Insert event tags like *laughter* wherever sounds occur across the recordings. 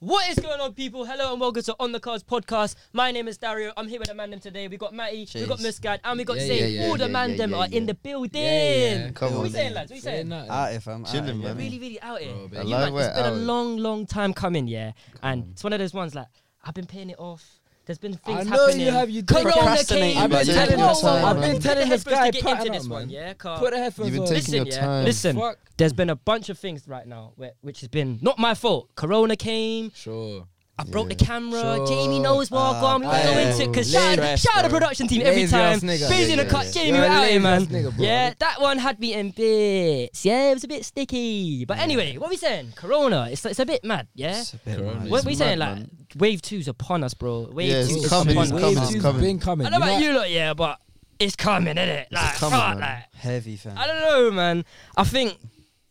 What is going on, people? Hello and welcome to On the Cards podcast. My name is Dario. I'm here with the man them today. We got Matty, we got Jeez. Muscad, and we got Yeah, Zay. yeah, yeah, All the yeah, man yeah, them yeah, are in yeah. the building. come what are we on. saying, lads? What are we saying? nothing. Out if I'm Chilling, out, man. yeah. really, really out here. Bro, You I like man, it's where been a hours- long, long time coming, yeah. and it's one of those ones like I've been paying it off. There's been things know you happening. have, you Corona procrastinating, came. I've been Whoa, telling whoa, this whoa, guy, I've man. been telling this guy to pattern get into up, this one, man. yeah. car. Put the headphones You've been on. taking Listen, your yeah, time. listen. Fuck. There's been a bunch of things right now, where, which has been not my fault. Corona came. Sure. I broke the Yeah. camera. Sure. Jamie knows what I've got. I'm going to go Ah, into it because yeah. shout, Stress, shout out the bro. production team every Lazy time. ass Busy nigga. in the Yeah, cut. yeah, Jamie, yeah. we're You're a out here, lazy ass man. nigga, bro. yeah, that one had me in bits. Yeah, it was a bit sticky. But anyway, what we saying? Corona. It's it's a bit mad. Yeah. It's a bit Corona. mad. What it's we saying? mad, Like wave two's upon us, bro. Wave Yeah, it's two is coming, upon it's us. coming, Wave it's two's coming. been coming. I don't know about know- you lot, yeah, but it's coming, isn't it? Like, It's coming, fuck, man. like, Heavy fan. I don't know, man. I think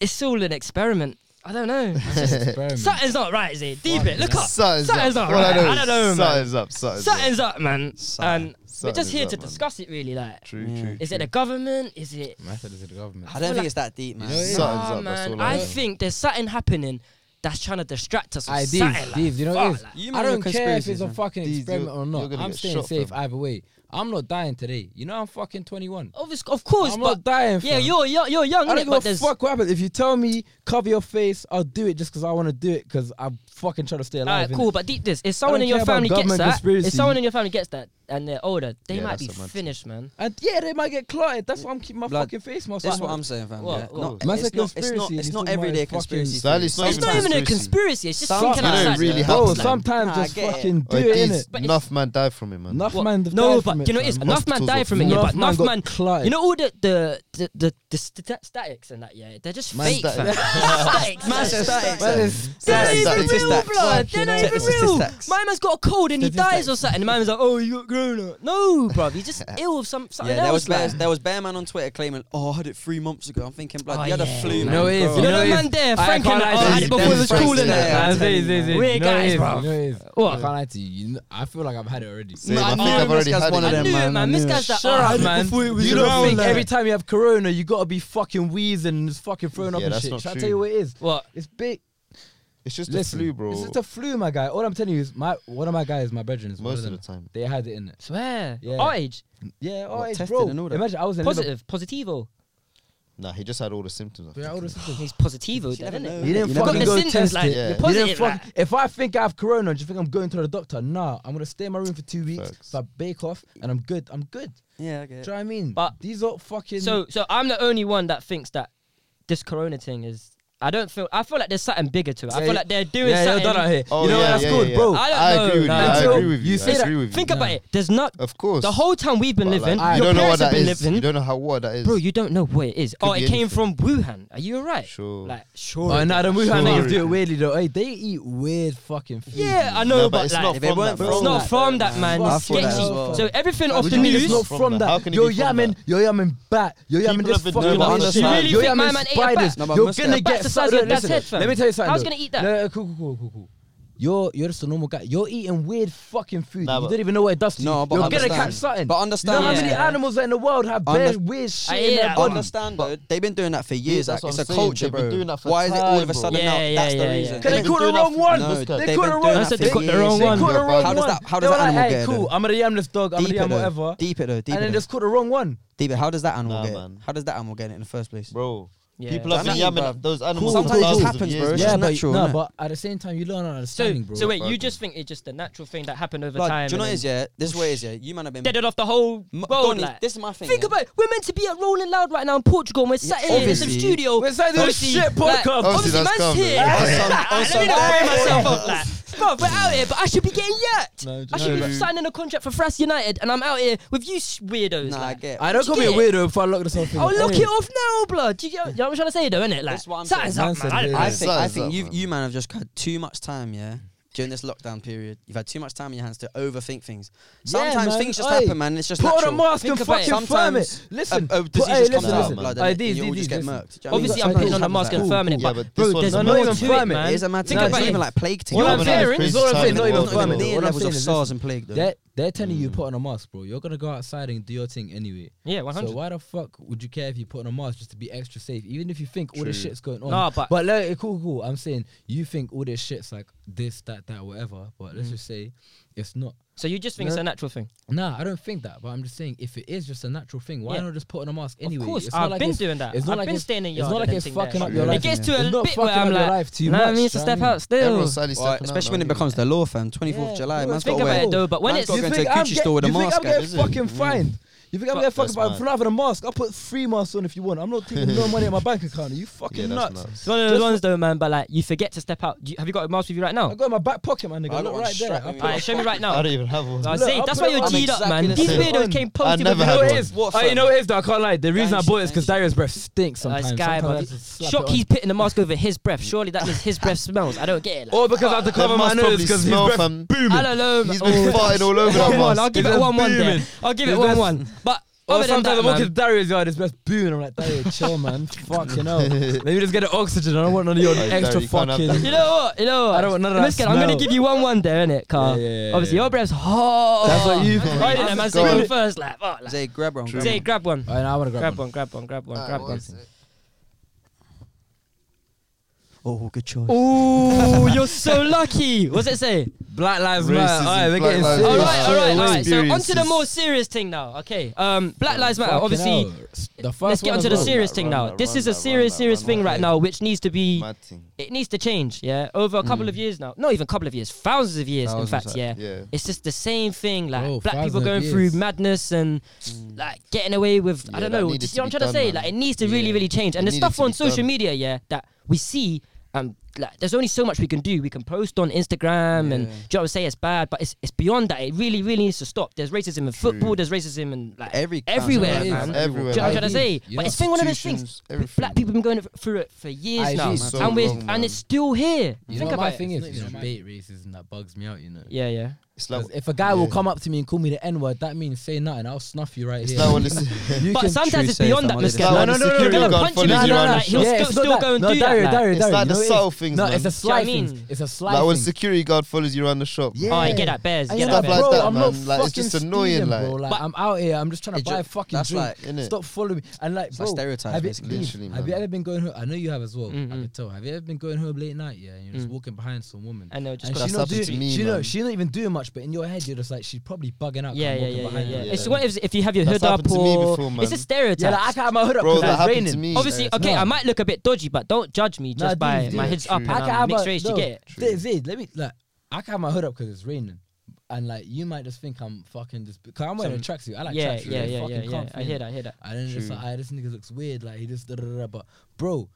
it's all an experiment. I don't know. Experiment. Mm. Something's not right, is it? Deep it. Look up. Something's Something's up. not Well, right. I is don't know, man. Something's up. Something's up. Something's up, man. Something- and we're something just is here up, to man. discuss it, really. Like, True, Yeah. true. is it the government? Is it? My said it's the government. I don't think it's that deep, man. You know, Something's yeah. Nah, up. That's man. all I I know. think there's something happening that's trying to distract us. I with Dave, something, like, Dave, you know what it is? fuck, like- You I man, your don't care if it's a conspiracies, fucking These- experiment you're- or you're not. gonna I'm get staying shot, safe fam. either way. I'm not dying today. You know I'm fucking 21. Obvious- of course, I'm but not dying. yeah, fam. you're you're, you're young, I innit? don't But give a there's fuck what happens. If you tell me cover your face, I'll do it just because I want to do it because I'm fucking trying to stay alive. Alright, cool, but deep this. If someone don't in your care about family gets government that, conspiracy. if someone in your family gets that and they're older, they Yeah, might that's be a mad- finished, man. And yeah, they might get clotted. That's why I'm keeping my Blood. fucking face mask. That's on. what I'm saying, fam. Well, yeah. well, Not- Man's a it's, not, it's not. conspiracy, It's he's not talking about everyday his fucking- conspiracy. That theory. is Some- It's not even a conspiracy. It's just Some- something You don't outside. really have Bro, to, like- sometimes Nah, I just get it. fucking do Oi, it, these- innit? But Enough man died from it, man. Enough What? man have No, died but from it, you know it's fam. enough man Hospitals die are from it, yeah, Enough but enough got man. clotted. You know all the the the the, the stat- statics and that, yeah, they're just Man, fake. that- fam. statics, man. Man said Statics. statics. Well, it's- They're not even Statistics. real, blood. They're Statistics. not even Statistics. real. Statistics. My man's got a cold and he dies Statistics. or something. And my man's like, oh, you got corona. No, bro, he's just ill with some something Yeah, there was else. bear, like. there was bear man on Twitter claiming, "Oh, I had it three months ago." I'm thinking, blood, Oh, you had yeah. a flu. You man. know it is, Bro. You know Bro. the man there, I Franklin. can't Oh, lie I to had you. it before it Them was Franks cool in there. there. Nah, Zay, Zay, Zay. Weird guys, You bro. know it is. What? Oh, I can't lie to you. you know, I feel like I've had it already. Same, Man, I I think knew I've already this guy's had one it. of I them, knew it, man. I man. This knew it. guy's that. Shut up, oh, man. You around, don't think like- every time you have corona, you gotta be fucking wheezing and fucking throwing up Yeah, and that's shit. not Should I true. tell you what it is? What? It's big. It's just the Listen, flu, bro. It's just a flu, my guy. All I'm telling you is my one of my guys, my brethren, is one Most of them. the time. They had it in it. Swear. Yeah. Our age. Yeah, What, oh, it's tested bro. and all that? Imagine I was in Liverpool. Positives. Positivo. Nah, he just had all the symptoms. I Yeah, all think. the symptoms. He's positivo, You never didn't know. it? You didn't You Got never fucking the know. go symptoms test like it. Yeah. you're You didn't positive. fuck- like. if I think I have corona, do you think I'm going to the doctor? Nah, I'm gonna stay in my room for two weeks. Facts. If I bake off and I'm good, I'm good. Yeah, I Do get you know it. what I mean? But- these are fucking. So, so I'm the only one that thinks that this corona thing is. I don't feel. I feel like there's something bigger to it. I Yeah, feel yeah. like they're doing yeah, you're something. done out here. Oh, you know yeah, what that's yeah, called, yeah. bro? I don't I know. agree with you. nah. I Until agree with you. you I say that- agree with you. Think Nah. about it. There's not Of course. the whole time we've been But, living. like, you your don't know what parents have that been is. living, You don't know how what that is. bro. You don't know what it is. Could oh, be it came anything. from Wuhan. Are you alright? Sure. Like sure. Oh, nah, the Wuhan Sure. niggas do it weirdly though. Hey, they eat weird fucking food. yeah, I know, No, but, but it's like, not If it from weren't that. it's from not that, from though, that man. I It's thought that as sketchy. well. So everything What off do the you mean it's news. not from from that? How that. can it You're be from yamming, that? you're yamming bat, you're yamming People this have been fucking doing that weird on shit. the side. You're You really think yamming my man ate a spiders. bat? No, my You're man's gonna got a bat the get size of something- your dad's listen, head, fam. Let me tell you something. I was though. gonna eat that. No, no, cool, cool, cool, cool, cool. You're you're just a normal guy. You're eating weird fucking food. Nah, you but- don't even know what it does to No, you. but you're understand. gonna catch something. But you know understand. how Yeah. many animals in the world have Under- bare weird shit I in hear their that, I but- body? understand, though. They've been doing that for years. Like, that's it's what I'm a saying. culture, They've been bro. doing that for Why is it all of a time, sudden bro. now? Yeah, yeah, That's the yeah, yeah. reason. Can they They've been caught the doing that wrong for- one? No, No, They they've they've caught been the doing wrong- that They for said they caught the years. wrong They one. caught the wrong How does one. that? How They does were that like, animal "Hey, get it? cool, though? I'm gonna yam this dog. I'm Deep gonna it yam though. whatever." Deep it though. Deep And it. then though. just caught the wrong one. Deep it. How does that animal Nah, get man. it? How does that animal get it in the first place? Bro, Yeah. people That have been mean, yamming bruv. at those animals. Sometimes for it thousands of happens, years, bro. It's man. just but, natural, No, innit? but at the same time, you learn So, understanding, bro. so wait, you Fucking- just think it's just a natural thing that happened over Like, time? do you know and what it is? then Yeah, this way is yeah. You man have been. Dead it off the whole M- world. Donny, like. This is my thing. Think yeah. about it. We're meant to be at Rolling Loud right now in Portugal. And we're sat Yeah, here in some obviously. studio. We're sat doing a Obviously, shit like, podcast. Obviously, Obviously, that's man's coming. here. On some- Like, on Let me not some- bring myself up. Like, bro, we're out here, but I should be getting yacked. No, just- I should no, be no. signing a contract for France United, and I'm out here with you s- weirdos. Nah, I like. get. it. I don't Do you call me a get it? weirdo if I lock this whole thing. Oh, up. look Anyway, it off now, blood. Do you, get, you know what I'm trying to say, though, innit? Like, That's what I'm something's saying. up, man. Man I- said I- I think Yeah. I Size up, think you man. you man have just had too much time, yeah. During this lockdown period, you've had too much time in your hands to overthink things. Yeah, Sometimes man. things just Oi, happen, man. It's just Put on a natural. mask Think and about it. fucking firm it. Sometimes uh, Listen, a, a put- disease hey, just listen, comes listen. out, blood, Hey, and these- you all these- just get murked. these- Do you know what I mean? Obviously, But I'm putting sometimes on a it mask happens and firming like it, Yeah, but but bro, this one's there's not more even to it, firm it. man. that. It is a mad Think thing. about It's it. even like plague to All you, I'm man. saying is- It's all I'm not saying is even not even like firm it. the All I'm levels saying of is SARS listen. and plague, though. That They're telling you put on a mask, bro. You're gonna go outside and do your thing anyway. Yeah, one So hundred. why the fuck would you care if you put on a mask just to be extra safe? Even if you think all this True. shit's going on. No, but- but like, cool, cool. I'm saying you think all this shit's like this, that, that, whatever. But let's just say it's not. So you just think it's No. a natural thing? Nah, I don't think that. But I'm just saying if it is just a natural thing, why Yeah. not just put on a mask anyway? of course, It's not I've like been it's- doing that. it's not I've like been it's- staying in it's yard. not like and it's everything fucking there. up your It life, gets innit? to a It's not bit fucking where up I'm your like, life too you know what I much, mean? So do you know step what I mean? out, still. Everyone's slightly Alright, stepping out especially now, when it innit? becomes the law, fam. 24th Yeah. July, No, man's got think to about wear. it though. But when man's it's got to go into a I'm Gucci get- store with a you think mask. I'm getting guys. fucking fined? You think I'm getting fucked That's about mad. for having a mask? I'll put three masks on if you want. I'm not taking no money in my bank account. Are you Yeah, fucking that's nuts? nuts. It's one of those Just- ones though, man. But like, you forget to step out. Do you- have you got a mask with you right I now? got in my back pocket, my nigga. I got Look one right there. strapped I in put- my- Alright, show me right I now. don't even have one. I Look, see, I'll that's put why it you're on. G'd up, Exactly man. the These same. weirdos came I pumped into the never had You know middle what one. it is? What Oh, you fun? know what it is though. I can't lie. The reason Dang I shit, bought it is dang because shit. Darius' breath stinks Uh, sometimes. this guy, Sometimes I bro. just slap Shock it on. he's putting the mask over his breath. Surely that means his breath smells. I don't get it. Like, Or because I have to cover my nose because his breath. from I don't know. He's man. been farting all over that one one. I'll mask. give It's it a one one there. booming. I'll give it It's one just- one. But Or other than sometimes I that, walk man, into Darius' yard, his breath booming. I'm like, Darius, chill, man. Fucking hell. Maybe just get the oxygen. I don't want none of your Like, extra Darius, you can't have *laughs* fucking. You know what? You know what? I don't want none of that Listen, I'm gonna smell. give you one one there, innit, Carl? Yeah, yeah, yeah, Obviously, yeah. your breath's hot. That's *laughs* what you think. Why didn't I man Let's say go. it first? Like, fuck, like. Zay, grab her on, grab her Zay, on. grab one. All right, now I want to grab Grab one. one, grab one, grab one, Alright, grab what one. is it? Oh, good choice. Ooh, *laughs* you're so lucky. What's it say? Black Lives Racism, Matter. All right, they're Black getting Lives serious. Matter. All right, all right, all right. So Experiences. onto the more serious thing now. Okay. Um, Black Lives Matter. Fucking Obviously, hell. the first let's get one onto as the well. serious Run thing that, now. run This that, is a run serious, that, serious run thing that. right now, which needs to be. Mad thing. It needs to change. Yeah, over a Hmm. couple of years now. Not even a couple of years. Thousands of years, in Thousands, fact. like, Yeah. Yeah. It's just the same thing, like Bro, black people thousands of going through years. madness and like getting away with I Yeah, don't that know. needed Just, to you know what I'm be trying to done, say? man. Like it needs to really, Yeah. really change. And the It needed stuff to be on social done. media, yeah, that we see, um, like there's only so much we can do. We can post on Instagram and Yeah. do you know what I'm saying? It's bad, but it's it's beyond that. It really, really needs to stop. There's racism in football. There's racism in like Every country, everywhere, right, man. Do Everywhere. you know what I'm like, trying to say? yeah. But it's been one of those things. Institutions, everything. Black people have been going through it for years IG now, is so and we're wrong, man. and it's still here. You Think know, my about thing it. is, It's you not know, even bait racism that bugs me out. You know, Yeah, yeah. It's like 'Cause if a guy will yeah. come up to me and call me the N word, that means say nothing. I'll snuff you right It's here. like when it's You But can- sometimes truly it's say beyond that, someone is Mr. black. No, no, no, no, You're no, gonna no, punch no, him no, in the no, mouth, no, like, He'll no, still, it's not still that. go and no, do Dario, that. like. Dario, It's Dario, you like the know what it subtle is? things, No, man. it's a Do you know what I sly thing. mean? It's a sly like when thing. security guard follows you around the shop. Yeah. Oh, you get that bears. And Get you're that like, Stuff bears. like bro, that, I'm not man. Like, it's just fucking annoying, stealing, like- bro. Like, But- I'm out here. I'm just trying to It buy a ju- fucking that's drink. like- Innit? Stop following me. And like, It's bro, like stereotypes, have, you, basically. Literally, have you man. ever been going home? I know you have as well. Mm, I mm. can tell. Have you ever been going home late night? Yeah, and you're just Mm. walking behind some woman. I know, just And got- got she That's not do, happened to me, she man. not she not even doing much, but in your head you're just like she's probably bugging out. 'cause yeah, I'm yeah, walking yeah, yeah, behind yeah. her. It's what if, if you have your That's hood up happened to me or before, man. it's a stereotype. Yeah, like, I can't have my hood up Bro, that because it's happened to raining. me. Obviously, Stereotype. okay, No. I might look a bit dodgy, but don't judge me just dude, by dude, my head's up true. and I can I'm have mixed my- race. no, You get it? True. Zid, Zid, let me like I can have my hood up because it's raining, and like you might just think I'm fucking just because I'm wearing a tracksuit. I like Yeah, tracksuit. yeah, yeah, yeah, yeah. I hear that. I hear that. And then it's True. like, "Aye, this nigga looks weird. Like he just da da da. da," But bro,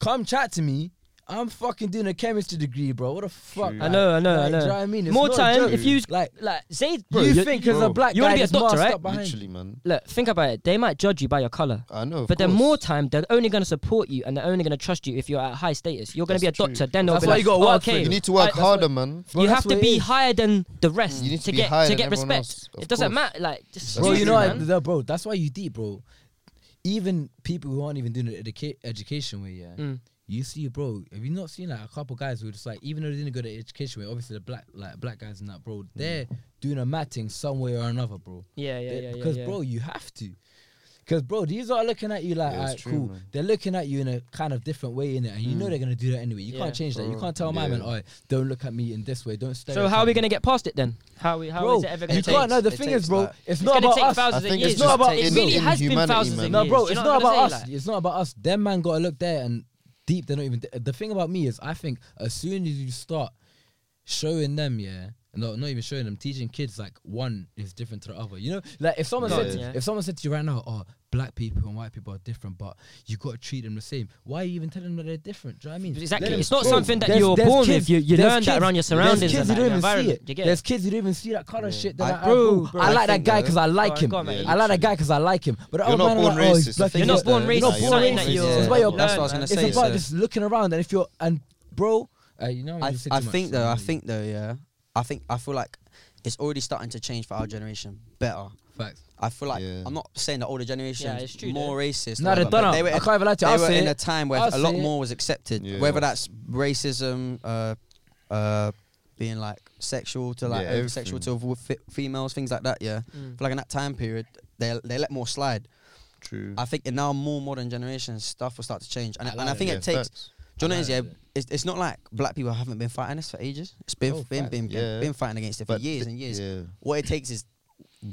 come chat to me. I'm fucking doing a chemistry degree, bro. What the fuck? True. I know, I know, I like, do you know. what I mean? It's More not a time joke. if you like. like say you you- think because a bro, black you wanna guy be a is doctor, masked right? up behind Literally, man. look think about it. They might judge you by your color. I know. of But then course. more time, they're only going to support you and they're only going to trust you if you're at high status. You're going to be a That's true. doctor, then they'll That's be why like, you gotta "Oh, work for okay, it. You need to I- work that's harder, man. Bro, you that's have to what it be is. higher than the rest You need to to be get higher to than get everyone respect. else, of it doesn't course. matter. Like, just Bro, do you know, I, man. no, bro, that's why you deep, bro. Even people who aren't even doing the educa- education way, yeah. Mm. You see, bro, have you not seen like a couple guys who are just like, even though they didn't go to education way, obviously the black like black guys and that, bro, they're doing a matting some way or another, bro. Yeah, yeah, They- yeah, yeah. because yeah. bro, you have to. Because bro, these are looking at you like, Yeah, it's alright, true, cool. man. Mm. They're looking at you in a kind of different way in it, and you know they're gonna do that anyway. You Yeah. can't change that. You Bro, can't tell my yeah. man, all right, don't look at me in this way. Don't stare. So how are we going to get past it then? How we how is Bro, it ever you going to can't. take? No, the It thing takes is, bro, that. it's It's not gonna about take us. thousands I of think years. it's not about- it it's really not has been inhumanity, thousands of man. years. No, bro, Do you it's know not what I'm about us. saying? Like, It's not about us. Them man gotta look there and deep. They're not even. The thing about me is, I think as soon as you start showing them, yeah, no, not even showing them, teaching kids like one is different to the other. You know, like if someone Yeah. said, Yeah. if someone said to you right now, oh, black people and white people are different, but you gotta treat them the same. Why are you even telling them that they're different? Do you know what I mean? Exactly. Let them- It's not Bro, something that there's- you're there's born kids- with. You you there's learn that kids- around your There's surroundings kids and like, who don't your even see environment. it. Do you get There's it? kids who don't even see that color shit. They're I- like, ah, bro, bro, bro, I I like that think guy that- because I like Alright, him. go on, man. I like that guy because I like him. But the You're other not man, I'm born like, oh, he's racist. black, The You're he's thing not is, born uh, though, racist. You're not it's born something racist. that This you're. is why you're learn, That's what I was man. gonna It's say, about so- just looking around, and if you're and bro, uh, you know, I, you said I too much, think so though, I maybe- think though, yeah, I think I feel like it's already starting to change for our generation. Better, facts. I feel like Yeah. I'm not saying the older generation Yeah, it's true, more racist. No, they whatever, but done. They were, I can't even lie to you. they I'll were say in a it. time where I'll a lot say it. more was accepted, Yeah. whether that's racism, uh, uh, being like sexual to like Yeah, over sexual to everything. avo- fe- females, things like that. Yeah, Mm. for like in that time period, they they let more slide. True. I think in now more modern generations, stuff will start to change, and I I, and like I it, think Yeah, it takes. facts. Do you know what it I is? Yeah, like it. it's, it's not like black people haven't been fighting this for ages. It's been Oh, been, facts. been, Yeah. been been fighting against it for But years th- and years. Yeah. What it takes is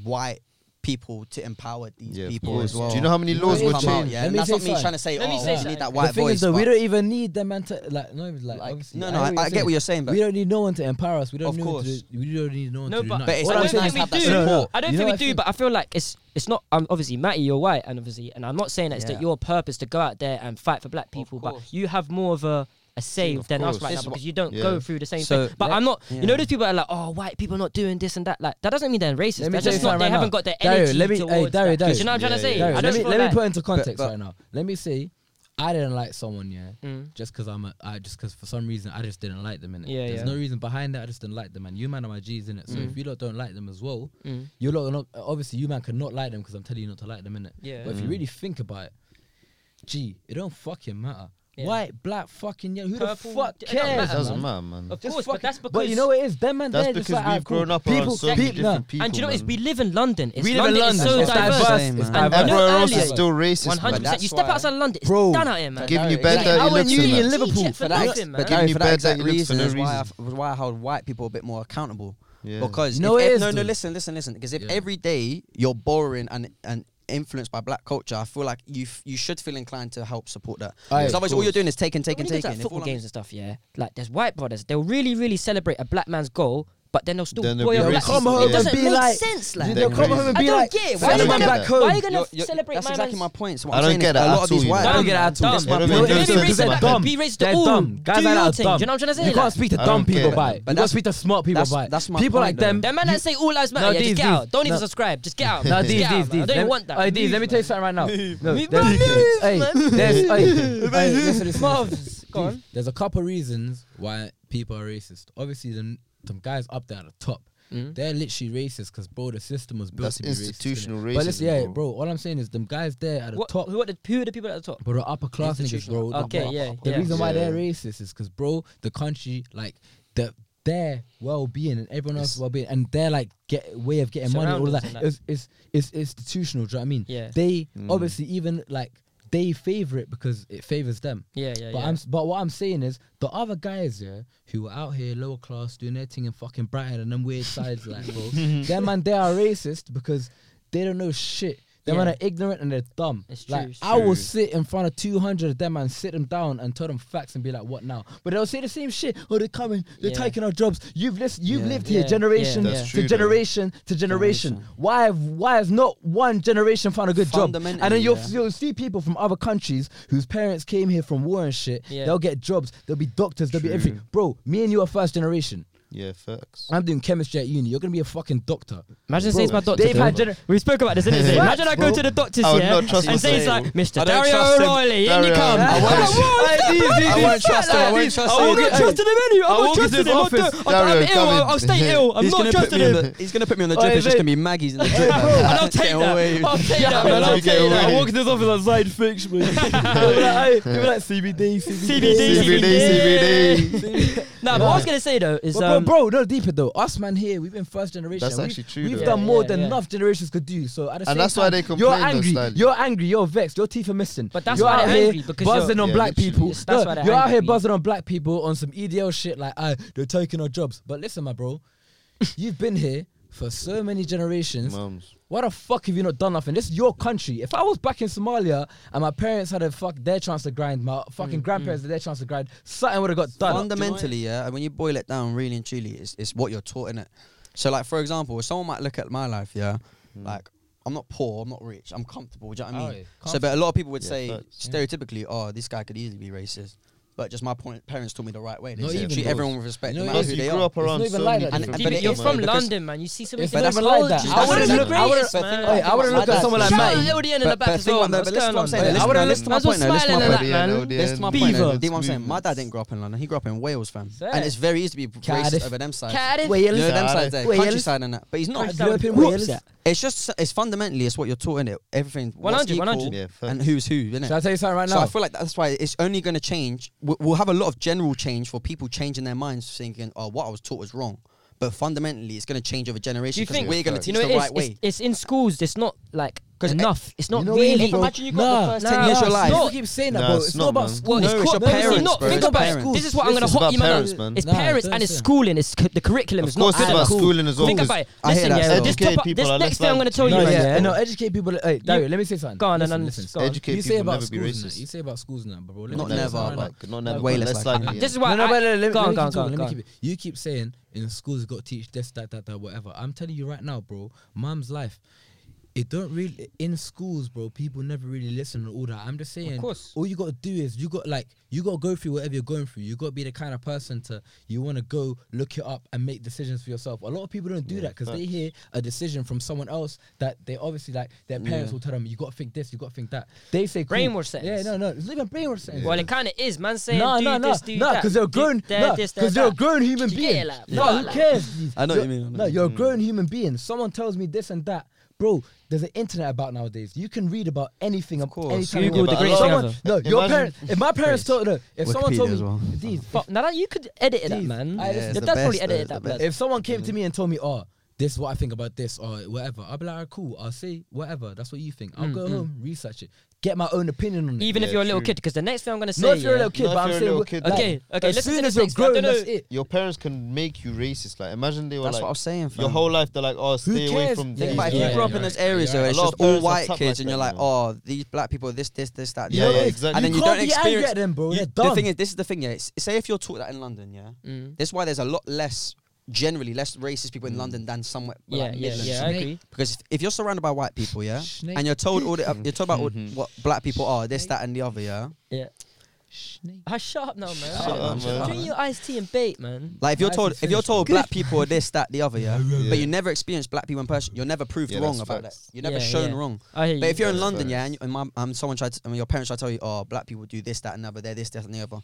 white people to empower these Yeah, of people as course. well. Do you know how many You laws know were what Come it out, is? changed? yeah, Let and me that's say not me something. trying to say. Let me oh, say we need that something. white the thing voice. is though, we but- don't even need the man to like. No, like Like, obviously. no, no, hear I, what I you're get saying. what you're saying, but we don't need no one to empower us. We don't Of need course. to do, we don't need no one No, to do but- nothing. But it's All I'm always saying nice is- to have that we do. support. I don't You know think what we I do, but I feel like it's it's not. Um, obviously, Matty, you're white, and obviously, and I'm not saying that it's Yeah. that your purpose to go out there and fight for black people, but course. you have more of a a save of than us course. right This now is what- because you don't Yeah. go through the same So thing. But let- I'm not. You know, yeah. those people are like, oh, white people not doing this and that. Like that doesn't mean they're racist. Let me They're tell just you not. They something right haven't now. got the Dario, energy let me- hey, towards that. Dario, Do you Dario. know what I'm trying to Yeah, say? yeah, I Dario, just let me feel let like- me put into context but- right now. Let me say, I didn't like someone, yeah, Mm. just because I'm a, I just because for some reason I just didn't like them, innit? Yeah, There's yeah. no reason behind that. I just didn't like them, and you man are my G's, innit? So Mm. if you lot don't like them as well, Mm. you lot are not obviously you man cannot like them because I'm telling you not to like them, innit? Yeah. But if you Mm. really think about it, gee, it don't fucking matter. Yeah. White, black, fucking yellow, who Purple, the fuck it don't cares? It doesn't man? matter, man. Of course, but fucking- that's But because you know what it is, them man. That's they're because just like, we've "Alright, cool." grown up people, around so many people, nah, different people. And do you know what? It's, man. we live in London. It's we live London in London. Is so it's diverse. diverse. Same, It's man. And diverse. Everywhere else earlier- is still One hundred racist, man. But percent. You that's step why- outside of London, it's Bro, done out here, man. give- Giving you Like, bad our dirty looks union and that. in Liverpool. for that- life, man. but Giving Gary, you for that bad exact dirty looks for reason no is why I, reason. was why I hold white people a bit more accountable. Yeah. Because You know if, it ev- is, no, no, dude. listen, listen, listen. Because if Yeah. every day you're borrowing and and influenced by black culture, I feel like you f- you should feel inclined to help support that. Aye, Because of otherwise, all course. you're doing is taking, taking, When you go to, taking. like, If football all I'm- games and stuff, yeah. Like there's white brothers, they'll really, really celebrate a black man's goal, but then they'll still Then they'll boy be a black racist. people. Come home It and doesn't be make like- sense, Dude, like. They'll come home and I be don't like, get it. "Why Why are you am I gonna back Why are you home?" gonna You're- you're- celebrate? That's my exactly my man's- point. So what I I'm don't saying is get it a at lot of all, these you white know. Dumb, people get it at dumb. all. This man They don't You're even really do it. racist They're like that. dumb. Be racist They're at all. dumb. Guys Do like that your thing. are dumb. Do you know what I'm trying to say? You can't Like, speak to I dumb don't get people it, by it. man. But You that's- can't speak to smart people that's- by it. that's my People point, like them. Them man that say all lives matter. No, yeah, these- just get out. Don't even no. subscribe. Just get *laughs* out. No, Just these, get out, man. I these, these. don't even Let- want that. Hey, these, let me Move, tell you something right now. No, Me- there's- bro, hey, move, there's, hey, hey, listen, man. *laughs* listen. Marv's gone. There's a couple reasons why people are racist. Obviously, the the guys up there at the top, Mm. they're literally racist because bro, the system was built That's to be racist, innit? institutional But listen, racism, yeah, bro. bro. All I'm saying is them guys there at the What- top, Who are the who are the people at the top? but the upper class niggas, bro. the- Okay, yeah, The yeah. reason why they're Yeah. racist is because bro, the country like the their well-being and everyone else's It's- well-being and their like get way of getting money all of that, Surroundings and that. It's, it's it's institutional. Do you know what I mean? Yeah. They Mm. obviously even like they favor it because it favors them. Yeah, yeah, But yeah. I'm s- but what I'm saying is the other guys yeah who are out here lower class doing their thing in fucking Brighton and them weird sides like bro, them man they are racist because they don't know shit. Them Yeah. man are ignorant and they're dumb. It's like true, it's I will true. sit in front of 200 of them and sit them down and tell them facts and be like, what now? But they'll say the same shit. Oh, they're coming, they're Yeah. taking our jobs. You've lis- you've Yeah. lived Yeah. here generation Yeah. That's to true, though. generation to generation. Generation. Why have why has not one generation found a good job? And then Fundamentally, you'll yeah. you'll see people from other countries whose parents came here from war and shit. Yeah. They'll get jobs. They'll be doctors. They'll be True. everything. Bro, me and you are first generation. Yeah, facts. I'm doing chemistry at uni. You're gonna be a fucking doctor. Imagine Bro, saying it's my doctor. they've though. had gener- we spoke about this, didn't we? Imagine I go bro. to the doctor's I would yeah, not trust and say it's myself. like, Mr. I don't trust Dario him. O'Reilly, in you Dario, come. I I'm won't- *laughs* like, what? Hey, *laughs* these- these- I won't these- trust him. I won't I trust him. will not trust him anyway. I I'm not walk into trusting his him. I'm office. not- I'm Dario, ill. come in. I'll stay ill. I'm he's not gonna put trusting me on him. the. He's gonna put me on the Oh, drip. It's is just it? gonna be Maggie's in the drip. man. And *laughs* *laughs* I'll take Get that. away. I'll take that, man. Get I'll take away. that. I walk into his office and side fix me. *laughs* They'll be like, hey, they'll be like CBD, CBD, CBD. CBD. Nah, but what I was gonna say though is But bro, um, bro, no deeper though. Us man here, we've been first generation. That's We've- actually true, We've though. done Yeah, more yeah, than yeah. enough generations could do. So at the same that's why time, they You're complain though, angry. Stanley. you're angry. You're vexed. Your teeth are missing. But that's you're why out they're here angry, because you're- buzzing on Yeah, black literally. people. Yes, that's No, why they're you're out here angry. buzzing on black people on some EDL shit like, ah, they're taking our jobs. But listen, my *laughs* bro, you've been here for so many generations. Mums. Why the fuck have you not done nothing? This is your country. If I was back in Somalia and my parents had a fuck their chance to grind, my fucking Mm, grandparents had their chance to grind, something would have got done. Fundamentally, yeah. And when you boil it down, really and truly, it's, it's what you're taught in it. So, like for example, someone might look at my life, yeah. Like I'm not poor, I'm not rich, I'm comfortable. Do you know what I Oh, mean? yeah, so, but a lot of people would Yeah, say facts. Yeah. stereotypically, oh, this guy could easily be racist. But just my point, parents taught me the right way. They Not say, even treat those. everyone with respect, You know, no matter Plus, who Because you they grew are. up around It's not so even like that, many different dude. Stevie, but it you're is, from though, because- London, man. You see so many It's not different even like cultures. I that. I wouldn't wouldn't look look- I wouldn't- racist, But man. think Hey, I about wouldn't my look at dad. someone like Shout mate. out LDN in the But- back but as think well. about- man. but What's going listen to what on? I'm saying. I listen, wouldn't man, look- listen to my man's all point. smiling now, Listen to my and point. that, man. Listen to my point. Beaver. now. Do you know what I'm saying? My dad didn't grow up in London. He grew up in Wales, fam. Fair. And it's very easy to be Cardiff. racist over them sides. Cardiff. Where You you know live? them Cardiff. sides there, Wales. countryside and that. But he's not. Countryside. Developing Whoops. Wales. It's just it's fundamentally it's what you're taught in it. Everything what's 100, 100. equal Yeah, and facts. who's who, innit? Should I tell you something right so now? I feel like that's why it's only going to change. we- We'll have a lot of general change for people changing their minds, thinking, "Oh, what I was taught was wrong." But fundamentally, it's going to change over Do generation you because think- we're going to It's you teach know, the it's, right way. it's, it's in schools. It's not like 'Cause, eh, enough. It's not you know what it really. is, bro? Imagine you got the Nah, first nah, ten years of your nah, life. no. You keep saying that, Nah, but it's it's not not, about man. school. Well, No, it's, it's co- your no, see, parents, no, bro. Think It's about parents. schools. This is what I'm This gonna is hot about you, man. parents, man. It's Nah, parents and don't it's say that. schooling. It's c- the curriculum Of is not course, it's at about all. schooling as well. Think 'cause about it. I hear Listen, that, yeah, so- this, Educate top- people this are next less thing I'm going to likely. tell you, No, man, yeah, yeah, no, educate people. Hey, Dario, let me say something. Go on, listen, and- and- listen. go on. Educate you say people, about never be schools and racist. that. You say about schools now, bro. Let me Not tell you never, something right but now. not No, never. way less less likely. likely. This is yeah. why no, no, I- but let, let, go let on, me go on, keep go on, talking, go let me on. keep it. You keep saying in schools you got to teach this, that, that, that, whatever. I'm telling you right now, bro. Mom's life, it don't really in schools, bro. People never really listen and all that. I'm just saying. course. All you got to do is you got like you got to go through whatever you're going through. You got to be the kind of person to you want to go look it up and make decisions for yourself. A lot of people don't do that because they hear a decision from someone else that they obviously like their parents will tell them you got to think this, you got to think that. They say cool. Brainwash Yeah, settings. no, no, it's not even brainwash settings. Well, it kind of is, man. Saying No, do no, no, this, do no, that, because they're do grown, that, no, this, that, because they're a that. grown human Yeah, being. like, No, who like- cares? I know what you You're- mean, I know No, what you you're a grown human being. Someone tells me this and that, bro. There's an internet about nowadays. You can read about anything, of course. anytime. Google want. the great someone, scandal. no, your Imagine- parents. If my parents told, no, if someone Wikipedia told me as well. these, Fuck, now that you could edit that, Jeez. man. I- Your it's dad the probably best, edited that, though, it's the blood. if someone came to me and told me, oh, this is what I think about this or whatever, I'd be like, alright, cool. I'll say whatever. That's what you think. I'll go home, research it, get my own opinion on it. Mm, Even if Yeah, you're a little true. kid, because the next thing I'm going to say. Not if you're a yeah, little kid, Not if but I'm you're a saying, little with- kid, like, Okay, okay, As listen to soon this as you're next one. I grown, don't that's know. it. Your parents can make you racist. Like, imagine they were That's like, what I was saying, fam. your whole life, they're like, oh, stay away cares? from Yeah, Think these about if yeah, you grew up yeah, in those yeah, areas, yeah. though, A it's lot just of all parents are white tough kids, like and that, you're like, you oh, these black people, this, this, this, that. the Yeah, other. yeah, it's- exactly. And then you, can't don't be experience. angry at them, bro. you- They're the dumb. thing is, this is the thing, yeah. It's, say if you're taught that in London, yeah, Mm. that's why there's a lot less, generally less racist people in London than somewhere Yeah, like yeah, Midlands. yeah, I Snake. agree. Because if, if you're surrounded by white people, yeah, Snake. and you're told all the, you're told about all- Mhm. what black people are, this, that, and the other, yeah. Yeah. Snake. Ah, shut up now, man. Shut up, man. Drink your iced tea and bait, man. Like if you're Nice told and if you're finished, told bro. black people are this, that, the other, yeah, Yeah. but you never experience black people in person, you're never proved Yeah, wrong that's about facts. that. You're never Yeah, shown yeah. wrong. I hear you. But if you're in That's London, yeah, facts. and, you- and my, um, someone tried, to, I mean, your parents try to tell you, oh, black people do this, that, and the other, they're this, that, and the other.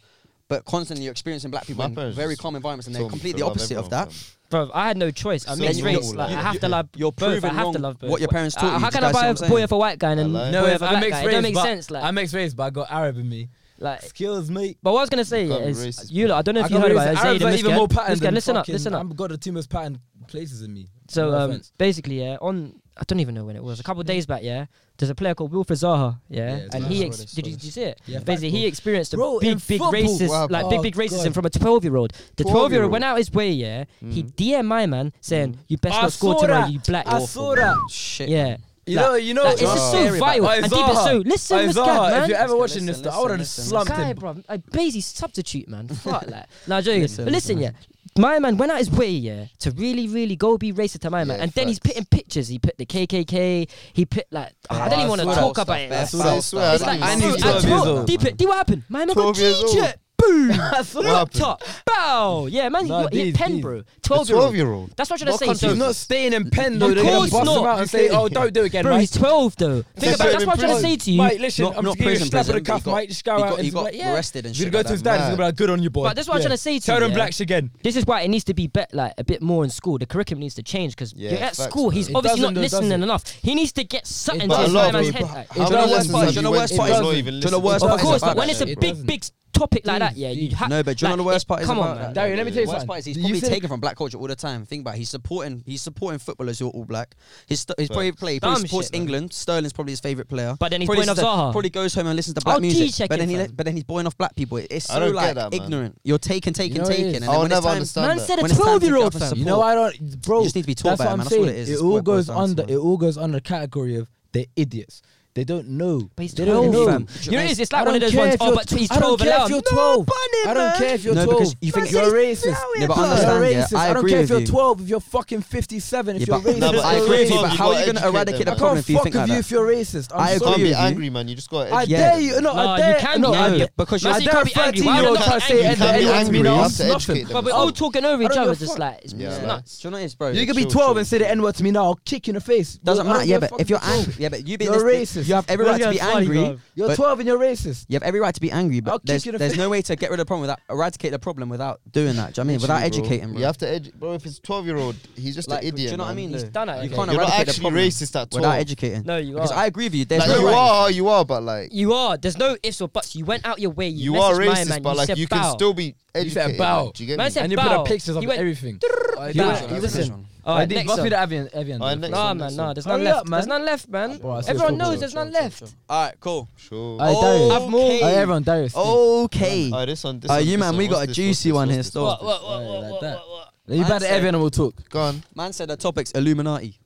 But constantly you're experiencing black people My in parents very just calm environments, and Told they're me to completely the love opposite of everyone, that. fam. Bro, I had no choice. I'm So mixed you- race. you- Like, you- I have to you- love you're both. I proving have to wrong love both. what your parents taught Uh, you, How do can you I guys see buy what a I'm saying? boy of a white guy and I a like- No, boy if of a I black mix guy? It race, don't make but sense. I Like, mix race, but I got Arab in me. like. Skills, mate. But what I was gonna say You can't be is, racist, you bro. lot, I don't know if I you got heard raised- about it. Arabs Zayd are and even more patterned Miskan, than listen up, fucking- listen up. I've got the two most patterned places in me. So No um, offense. basically, yeah, on I don't even know when it was. A couple of days back, yeah, there's a player called Wilfred Zaha, yeah, Yeah, it's and mad. he I ex- saw this, did, saw you, this. did you see it? Yeah, Basically, he facts, experienced a Bro, in big, big football, racist, wow, like big, big oh, racism God. from a 12 year old. The 12 year old 12-year-old? went out his way, yeah. He DM my man saying, "You best Mm. I not score saw tomorrow, that. you black." I saw that. Shit. Yeah, You Like- know, you know, like, it's just so Scary, but- vile. Oi, And deep Zaha. so, listen, Oi, Miss Zaha, Gad, man. if you're ever Listen, watching this, listen, though, I would have listen, slumped Guy, him. bro, I basically substitute, man. Fuck that. Nah, joking. Listen, but listen, yeah. listen. My man went out his way, yeah, to really, really go be racist to my man. Yeah, And then he's facts. putting pictures. He put the KKK. He put, like, ah, I don't Yeah, even want to saw that talk stuff, about yeah, I it. saw I that swear, stuff. I It's didn't like, even I need knew see to that. do it. 12 years old, Deep it. Do what happened? My man 12 got years old. G-jet. Boom. I saw What that. happened? Top. Bow. Yeah, man, Nah, he got he hit these- pen, these- bro. The 12 year old. 12 year old. That's what I'm trying to say. What So, He's country not staying in pen, though. Of They're going course to bust him not. out and say, oh, don't do it again, bro, mate. he's 12, though. Think They about it. That's put him what I'm in trying to prison. say to you. Mate, listen, Not- I'm not just giving you a prison, slap of the prison. cuff, He got- mate. Just go he out got- and he just be got like, yeah. arrested and You're shit gonna like go to his that. dad, he's gonna be like, good on you, boy. But that's what I'm Yeah. trying to say to Tell you, them yeah. blacks again. This is why it needs to be bet like a bit more in school. The curriculum needs to change because Yeah, you're at facts, school. He's man. It obviously not doesn't, though, does listening it? enough. He needs to get something into But a his lot of man's head. people, like- Do you how know many the worst lessons part is? have Do you you know the worst went part through is? and not Do you know even listened the to worst them? of part is course, about like, when that it's a shit, big, bro? big s- topic like that, yeah, you Deep, have. No, but do you know the worst part is Come on, about man. that? Dario, let me tell you The worst part something. is he's You probably said- taken from black culture all the time. Think about it. He's supporting he's supporting footballers who are all black. His st- his probably play he probably Dumb supports shit, man. England. Sterling's probably his favorite player. But then he's probably buying off listens to- Zaha. Probably goes home and listens to black I'll music. G-check But it, then he fam. li- but then he's buying off black people. It's I so don't get like that, man. ignorant. You're taking, taking, know what it taking, is? and then I'll when it's never time- understand Man that. said a When it's time to 12 year old, get off fam. and You know, support. I don't, bro. You just need to be taught that's better, what I'm man. That's saying. all it is. It It's all what it boils goes down to, under. man. It all goes under the category of they're idiots. They don't know. But he's they don't 12, know. fam. You know, it is, it's like one of those ones, oh, but he's 12 I don't care and if you're up. No, 12. bunny, I don't man. care if you're No, 12. because you think- you're racist. flowing, Yeah, but bro. You're understand, yeah, racist. I I don't agree care with if you're you. 12, if you're fucking 57, Yeah, if you're but- racist. No, but you're I it's agree with crazy. you, but You how are gotta you going to educate eradicate them. that I can't problem if you fuck think with like you that? if you're racist. I agree I'm You can't sorry. with be you. angry, man. You just got to I educate Yeah. dare you. No, Nah, I you dare. can no, be I angry. dare- because Man, you're- I you dare can't be angry. 13 Why would year old I try not to be say angry? anything. You can't be Anyone's angry, mean you I'm have to nothing. educate them. But we're Oh, all talking over each I don't other. It's give a just fuck. like it's Yeah, it's man. nuts. Do you know what it is, bro? You It could be Chill, 12 chill, and say the N word to me now, I'll kick you in the face. doesn't I don't matter. give Yeah, a but fuck if you're you're 12. angry, yeah, but you being You're this, racist. you have every right to be angry. You're but- 12 and you're racist. You have every right to be angry, I'll but kick there's, you in the there's no way to get rid of the problem without eradicate the problem without doing that. Do you know what I mean? Without Literally, bro. educating, bro. You have to educate, bro. If it's twelve year old, he's just Like, an idiot. Do you know what I man. mean? He's though? done it, You okay. can't You're not eradicate the actually problem racist at without all. educating. No, you because are. I agree with you. There's Like no you right. are, you are, but like You are. There's no ifs or buts. You went out your way. You, you are messaged my racist, man, but like said you can bow. still be You said educated. bow. like, do you get Man me? said- And you put Bow. up pictures of He went- everything. Bow. He That's was- a he good was in- one. All I right, did. next Buffy one. the Avian. Avian. Alright, next Nah, one, man, next nah. one. There's none Hurry up, left. there's man. none left, man. Bro, I said Everyone it's all knows there's none left. All right, cool. Sure. Aye, Oh, Darius. Have more. okay. Aye, everyone, Darius. Oh, Okay. Alright, this one, this Uh, one, you this man, one. we What's got a this, juicy what's one this, here what's still. What, what, Aye, what, what, like what, that. what, what? You Man bad said- Avian and we'll talk. this? Go on. Man said the topic's Illuminati.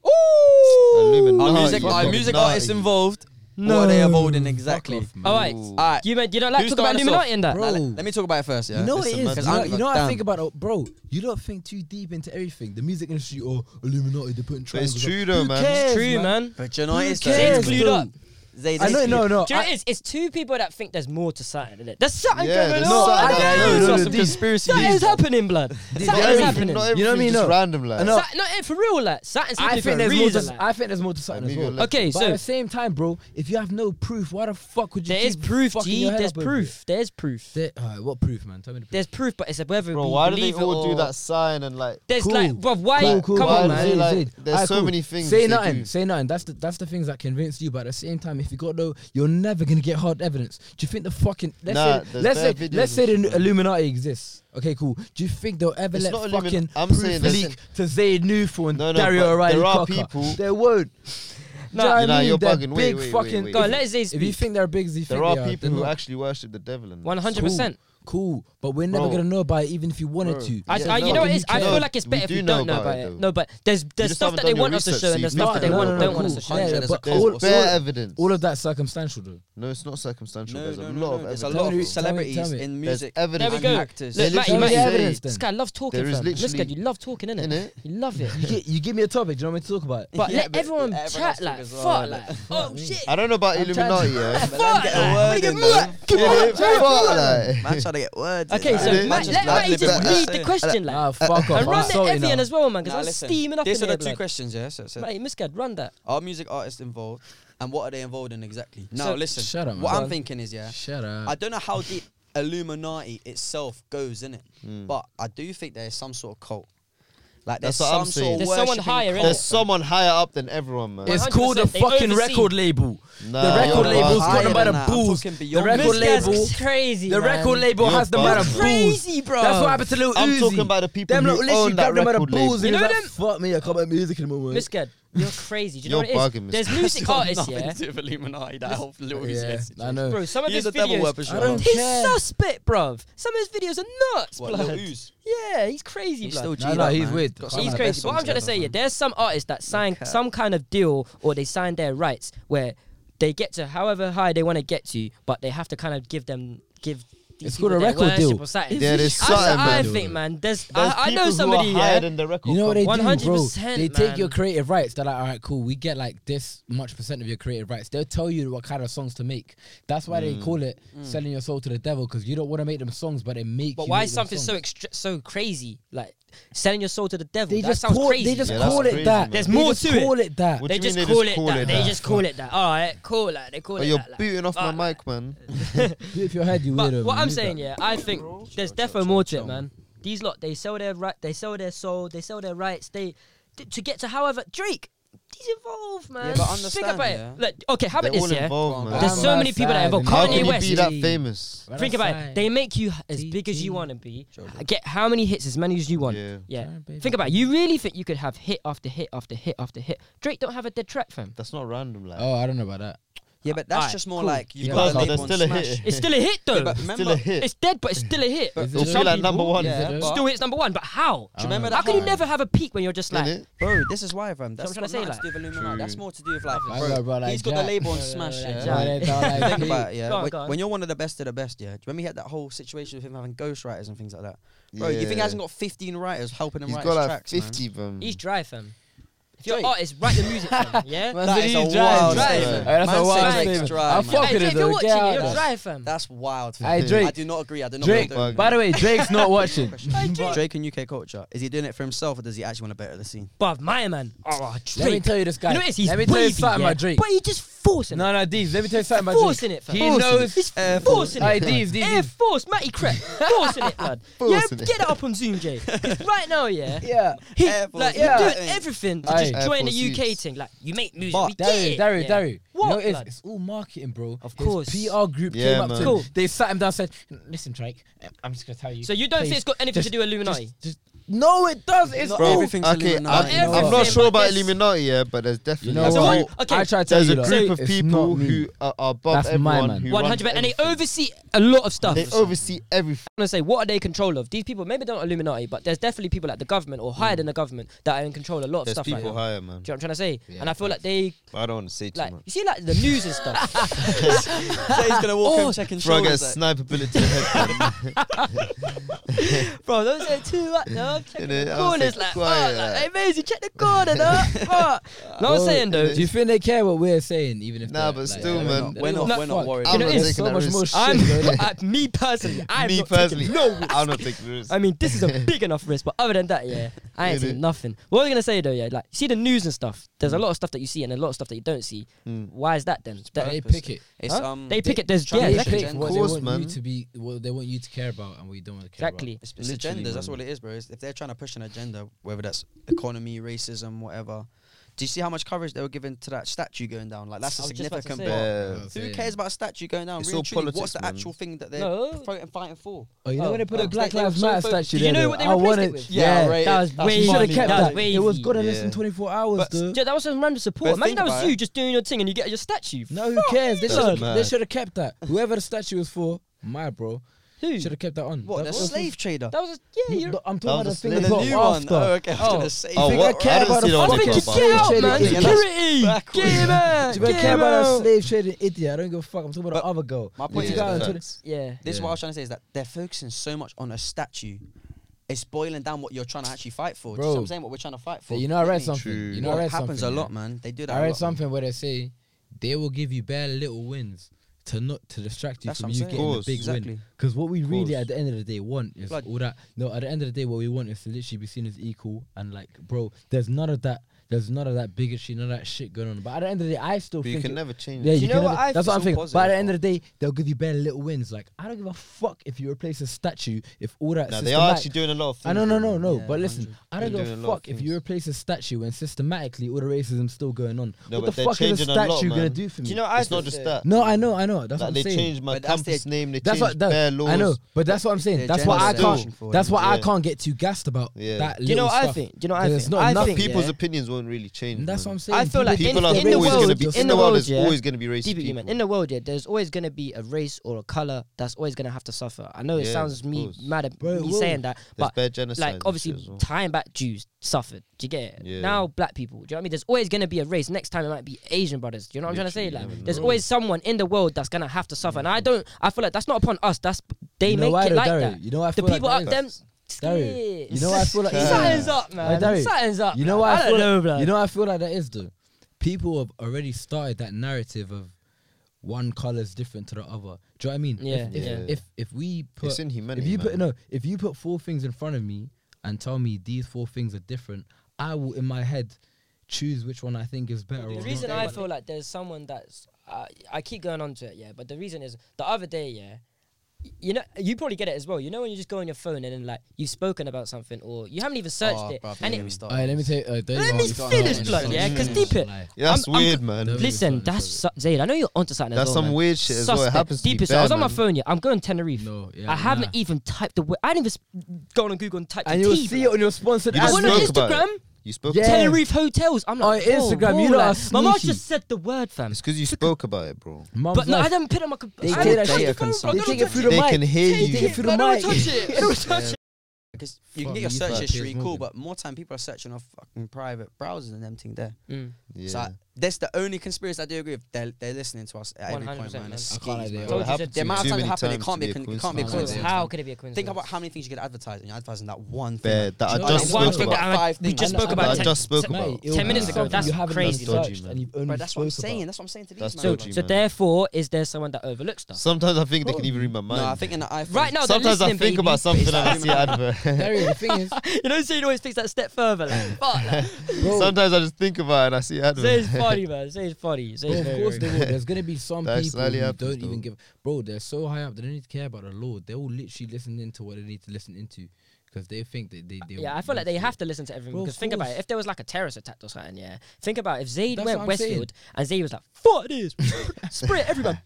Illuminati. Our music, our Illuminati. music artists involved. What are they evolving Fuck exactly? off, man. All right. Ooh. All right. Do you, man, you don't like Who's talk about starting us off? Illuminati in that? Bro. Now, let, let me talk about it first. Yeah. You know what Uh, It's it a is. mad You thing. know, you know what I Damn. think about it, bro. You don't think too deep into everything. The music industry or Illuminati, they're putting But triangles. it's true up. though, Who man. cares? It's Yes, true, man. man. But you know what Who it's Zane's cares, clued dude? up. Zay, I know, Zay's no, clued- no. Do you know I- what it is? It's two people that think there's more to Saturn, isn't it? There's something Yeah, going there's on. something I going don't on. know. No, Something- no, these conspiracy Something is theories, happening, blood. Not Something is everything- happening. Not Not You know what I everything's mean, just no. random, like. No. for real, like Saturn's I happening for think a there's more. reason. To, like. I think there's more to something as Maybe well. you're left. Okay, But at so the same time, bro, if you have no proof, why the fuck would you? there is keep proof, fucking G. your head There's up over it? proof. There's proof. There, alright, what proof, man? Tell me the proof. There's proof, but it's a whether Bro, we why do they believe it all or do that sign and like? There's Cool. like, bro, why? Cool, cool. Come why on, do man. they, Zayd, like- Zayd. there's Alright, so cool. many things Say they nothing. do. Say nothing. That's the that's the things that convince you. But at the same time, if you got no, you're never gonna get hard evidence. Do you think the fucking let's Nah, say there's let's say bare videos let's and say the shit, man. Illuminati exists. Okay, cool. Do you think they'll ever It's let not Illumi- fucking I'm proof saying leak listen. to Zayd Newfall and No, no, Dario but O'Reilly? there are Cocker? people- They *laughs* Nah. won't. Do you know what I Nah, mean? you're They're bugging. Wait, Big wait, wait, fucking. wait. Go on, let Zay If you speak. think they're big, as you There think are they people they're who not. actually worship the devil and. One hundred percent. Cool, but we're never Bro. gonna know about it, even if you wanted Bro. to. I, Yeah, I, you no, know but what it you is? I can- feel like it's we better if do we know don't know about about it, it. though. No, but there's there's just stuff haven't that done they your want us to research, show, and see. there's No, stuff that they no, want no, don't no, want us to cool. show. Yeah, There's- but There's all- bare all- evidence. All of that circumstantial though. No, it's not circumstantial. No, There's a no, lot no, of no. evidence. There's a lot Tell me- of tell celebrities me- in There's music There evidence. we and go. actors. Look, They Matty, literally Matty, say- this guy loves talking. There is fam. This guy, literally- you love talking, innit? Innit? You love it. You, gi- you give me a topic. Do you know what I'm talking about? But Yeah, let but everyone everyone else chat talk like as fuck, well, like like- oh shit. I don't know about I'm trying Illuminati, yeah. But let 'em get a word in, man. Fuck that. Man trying to get words. in, Okay, man. so Innit? Matt, Just let like Matty just liberal- read the question, like. Ah, fuck off. And I'm run the salty Evian now. as well, man, because Now I'm listen, steaming up in These are here. the two blood. questions, yeah. So, so Matty, Muscad, run that. are music artists involved, and what are they involved in exactly? Now So- listen, Shut up, man. what Go I'm on. thinking is, yeah, Shut up. I don't know how deep Illuminati itself goes in it, Hmm. but I do think there's some sort of cult. Like there's That's what I'm some saying. sort of There's someone worshipping higher, innit? cult. There's someone higher up than everyone, man. it's 100%, called a they fucking oversee. record label. Nah, the record you're label's higher got them by the than that. I'm balls. talking The beyond record Muscad's label. crazy. The man. record label You're has them by the bugging. balls. Crazy, bro. That's what happened to Lil Uzi. I'm talking about the people Them who lot literally own that grabbed them by the record label. balls and You he was know like, "Fuck me, I can't make music in a moment." Muscad, you're crazy. Do you You're know what it is? bugging, There's Muscad. *laughs* *laughs* music artists, Nothing yeah. to do with Illuminati. That whole little yeah, message. I know. Bro, some of He's his a devil worker, videos. sure. I don't He's care. suspect, bruv. Some of his videos are nuts, What, Lil blood. Uzi? Yeah, he's crazy, He's blood. still G'd no, up, he's man. weird. Got He's some of He's the crazy. best What I'm songs trying to ever, say, yeah, man. there's some artists that sign cap. some kind of deal or they sign their rights where they get to however high they want to get to, but they have to kind of give them give. these It's called people a their record worship deal. Or something. There is That's what something, I man. think, man. There's, There's I, I know people somebody. who are higher Yeah, than the record. You know what they company. do, bro? 100%, They take man. your creative rights. They're like, all right, cool. We get like this much percent of your creative rights. They'll tell you what kind of songs to make. That's why Mm. they call it selling your soul to the devil because you don't want to make them songs, but they make. Mm. But you why make is them something so songs. extra, so crazy? Like selling your soul to the devil. They that just sounds call. crazy. They just Yeah, that's call it crazy, that. man. There's They more just to it. Call it that. What do They you just mean call it that. They just call it that. All right, cool. Like they call But it you're that. like. booting off my Alright. mic, man. Do it with your head, you But weirdo. what man. I'm Use saying, that. yeah, I think there's defo more to it, man. These lot, they sell their right, they sell their soul, they sell their rights, they t- to get to however Drake. These involve, man. but understand, Think about yeah. it. Look, okay, how about They're all this? Yeah, involved, Go man. on, there's I'm so many people that are outside involved. and How Kanye can you West. be that West. famous? Right Think about it. outside. They make you h- as big as you TT. want to be. Children. Get how many hits, as many as you want. Yeah. Yeah. Sorry, baby. Think about it. You really think you could have hit after hit after hit after hit. Drake don't have a dead track, *laughs* fam. That's not random, like. Oh, I don't know about that. Yeah, but that's Alright, just more cool. like you It got does, a like, label there's on still a Smash. hit. It's still a hit though. Yeah, but remember, Still a hit. it's dead, but it's still a hit. But Is It'll it feel though? like number one. Yeah, Is it but- Still hits number one, but how? I Do you don't remember know. How that can you whole- never have a peak when you're just like Innit? Bro, this is why, fam. That's what I'm got trying nothing to to say, do with Illuminati. That's True. more to do with like, Like, bro, bro, like he's got Jack. the label on Smash, like yeah. Jack. Sorry, don't like Think me. about it, yeah. Go on, when, go on. when you're one of the best of the best, yeah. Do you remember he had that whole situation with him having ghostwriters and things like that? Bro, you think he Yeah. hasn't got 15 writers helping him He's write got his like tracks, man? 50, man. he's dry, fam. If you're an Drake. artist, write the music. *laughs* fam, yeah. Man, That said is he's a dry, wild dry, statement. man. Hey, that's Man a wild said Drake's statement. dry, I man. fuck Hey, with Jay, it if you're though. watching, Get out you're of dry, fam. That's wild. Hey, I Drake. do not agree. I do not Drake. agree. By the way, Drake's not watching. Drake. Drake and UK culture. Is he doing it for himself or does he actually want to better the *laughs* scene? Bruv, my man. Oh, Drake. *laughs* Let me tell you this guy. You know what it is? He's Let me tell you wavy, something yeah, about Drake. But he just forcing No, it. no, Deez, let me tell you something about Drake. Forcing it, fam. He knows. He's Air Force. forcing Hey, it. Deez, Deez, Air Deez. Force, Matty Crep. Forcing it, lad. Yeah, Forcing it. get it up on Zoom, Jay. 'Cause right now, *laughs* yeah. *laughs* Yeah. He, Air Force, like, yeah. you're doing everything to just Aye. join Air the Force UK suits. thing. Like, you make music, But- we get Daru, it. Daru, yeah. Daru. What, You know, it's, blood? it's all marketing, bro. Of His course. PR group Yeah, came up to man. Cool. him. They sat him down and said, Listen, Drake, I'm just going to tell you. So you don't think please, it's got anything to just- do with Illuminati? just- just- no, it does. It's Not all- everything's okay, I'm, Illuminati. Not I'm not everything, sure but about this- Illuminati, yeah, but there's You definitely know So what? what- okay. I try to tell there's you a that. group of It's people not me. who are are above That's my everyone man. who One runs hundred, and they everything. oversee a lot of stuff. They oversee everything. I'm gonna say, what are they in control of? These people, maybe they're not Illuminati, but there's definitely people like the government or higher than the government that are in control of a lot of There's stuff right people now. higher, man. Do you know what I'm trying to say? Yeah, and I feel like they, But I don't want to say too like, much. you see, like the news and stuff. So he's gonna walk Oh, up checking Bro, I get shoulders. like- sniper bullet to the head. man. Bro, those are two like, no, I'm checking Innit? the I was corners, saying, like, quiet, oh, like, like. hey, Maisie, check the corner, no? What? No, I'm Bro, saying, though, Do you think they care what we're saying, even if Nah, they're, but like, still, they're man. they're We're not- we're not fuck. worried. You I'm know, not it's taking so that much risk. more shit. I'm, bro. Like, I- *laughs* me *laughs* personally, I'm Me not taking personally, no I'm not taking risks. I mean, this is a big enough risk, but other than that, yeah, I ain't It is. seen nothing. What I was gonna say though, yeah, like you see the news and stuff. There's a lot of stuff that you see and a lot of stuff that you don't see. Why is that then? That- they purpose. pick it. It's, Huh? um, They pick it, there's- trying yeah, to they push pick agenda. what course, they want you man. to be, what they want you to care about, and we don't want to care exactly. It's, it's Literally, agendas. That's man. what it is, bro. It's- if they're trying to push an agenda, whether that's economy, racism, whatever. Do you see how much coverage they were giving to that statue going down? Like that's a I was just about to significant say. part. about. Yeah. That's Who it. cares about a statue going down? It's Really all and truly, what's politics, the man. actual thing that they're No. fighting, fighting for? Oh, you know Oh, when they put oh, a Black they- they were Lives so Matter focused. statue Did you there, know though, what they I replaced wanted, it with? Yeah, Yeah, right. That was That's way You should have funny. kept That was that. It was wavy. good in less Yeah. than 24 hours, But- dude. Yeah, that was some random support. But Imagine think that was about you it. just doing your thing and you get your statue. No, who cares? They That's should have mad. they should have kept that. Whoever the statue was for, my bro, Who? should have kept that on. What? That That's was- slave trader. That was a, yeah. You're, I'm That talking about the was thing a they slave- the got new one. after. Oh, okay. I was Oh. gonna say. Oh, think what? I care didn't about see the that I on fucking think TikTok, you get Backwards. but- out, Slave man. trading Security. backwards. Get him out. Do you Get care him about a out. slave trading idiot? I don't give a fuck. I'm talking about the other girl. My What point you is, got on that- Twitter? Yeah. this is Yeah. what I was trying to say is that they're focusing so much on a statue. It's boiling down what you're trying to actually fight for. Do you see what Bro. I'm saying? What we're trying to fight for. So you know, I read Literally. something. True. You know, what I read happens something, a yeah. lot, man. um, They do that. I a read lot. something where they say they will give you bare little wins to not to distract you That's from what I'm you saying. getting Course. a big Exactly. win. Because what we really Course. at the end of the day want is Blood. all that. No, at the end of the day, what we want is to literally be seen as equal and like, bro. There's none of that. There's none of that bigotry, none of that shit going on. But at the end of the day, I still But think you can it- never change Yeah, it. you, you know can what never- I that's what I'm feel thinking. positive But at the for? end of the day, they'll give you bare little wins. Like I don't give a fuck if you replace a statue if all that. Nah, systematic they are actually doing a lot of things. I know, no, no, no. Yeah, but listen, 100. I don't They're give a doing a lot of fuck if you things. replace a statue and systematically all the racism's still going on. No, what but the they're fuck is a changing a lot, statue gonna man. do for me? Do you know, I It's not think just that- that. no, I know, I know. That's Like, what they I'm saying. changed my But that's campus the- name. They that's changed what bare that, laws. I know, but that's what I'm the saying. That's what agenda I they're can't. pushing for, That's what I yeah. can't get too gassed about. Yeah. That Do you know little what I stuff. think? Do you know what I There's think? not I enough think, People's yeah. opinions won't really change. That's what man. I'm saying. I feel like People in, are in the always world, gonna be in the the world, world. There's yeah, always gonna be racist deep in you, people. man. In the world, yeah, there's always gonna be a race or a color that's always gonna have to suffer. I know it Yeah, sounds of me course. mad at Bro, it me will. saying that, There's but bare genocide. like and obviously shit as well. time back Jews suffered. Do you get it? Yeah. Now black people. Do you know what I mean? There's always gonna be a race. Next time it might be Asian brothers. Do you know what I'm trying Literally, to say? you Like, never there's know. always someone in the world that's gonna have to suffer, and I don't. I feel like that's not upon us. That's they You know why make it though, like Dario? that. You know what I The feel like people that up is? them. Dario, you know what I feel like that is? Something's up, Like, man. Dario, Something's up. You know man. what I, I feel don't know, like, blood. You know what I feel like that is though. People have already started that narrative of one color is different to the other. Do you know what I mean? Yeah, If, if- yeah. if if we put It's in humanity. if you put man. no if you put four things in front of me and tell me these four things are different, I will in my head choose which one I think is better. The or reason not. I feel like there's someone that's uh, I keep going on to it, yeah. But the reason is the other day, yeah. y- You know, you probably get it as well. You know when you just go on your phone and then like you've spoken about something or you haven't even searched Oh, it, bruv, and don't get it, started. Alright, let me tell you. Uh, don't Let you me want to finish, start blood, on yeah, this 'cause one. deep it. Like, Yeah, that's I'm- I'm weird, co- Don't man. be listen, starting that's this su- Zayd. I know you're onto something. That's as well, some man. weird shit as well. It Suspect, happens to deep be as- I was bad, on my man. phone. Yeah, I'm going Tenerife. No, yeah, I haven't nah. even typed the word. I didn't even sp- go on Google and type. And the you'll tea, see bro. it on your sponsored You I ads. just went on spoke about it. Instagram. You spoke. Yeah. about it. Tenerife hotels. I'm like, On oh, Instagram, whoa, you lot like, are My mom sneaky. just said the word, fam. It's because you spoke about it, bro. Mum's But no, life. I didn't put it on my. com- They I take didn't it- touch they the phone, bro. I They didn't take touch it it. through the They mic. can hear Take you. it through No, the don't mic. touch it. Don't touch it. because you can Fuck get me, your you search fuck history, Piers cool, Morgan. but more time people are searching on fucking private browsers and them thing there. Mm. Yeah. So I, that's the only conspiracy I do agree with. They're, they're listening to us at every 100%, point, man. It's man. I can't skeez, idea. man. Told you Well, so. The amount Too of times it many happened, it times can't to be, a be a con- it can't be a So coincidence. coincidence. how could it be a coincidence? Think about how many things you could advertise, and you're advertising that one thing. Bear, that I Do you know just what? spoke One thing about. that I- Five we things. just I know. spoke That about I ten- just spoke ten- about. it'll 10 minutes ago, that's crazy. Done Dodgy, searched man. and you've only Bro, that's what I'm spoke saying. about. That's what I'm saying to That's these So, man. dodgy. so man. therefore, is there someone that overlooks stuff? Sometimes I think they can even read my mind. No, I think in the iPhone. Right now, they're Sometimes I listening, think baby. about something and I It's see an advert. Terry, the thing is, *laughs* you know, so you always takes that step further. Like, fuck, like, bro, Sometimes I just think about it and I see an say it's advert. funny, man. Say it's funny. Say Bro, it's of very, course very they will. There's gonna be some That's people slightly who happens, don't even though. give. Bro, they're so high up. They don't need to care about the law. They will literally listen into what they need to listen into because they think that they. they Yeah, I feel like they have to listen to everyone Bro, of because think about it. course. If there was like a terrorist attack or something, yeah. Think about if Zayd That's went what I'm saying. Westfield and Zayd was like, "Fuck this, *laughs* spray it everyone."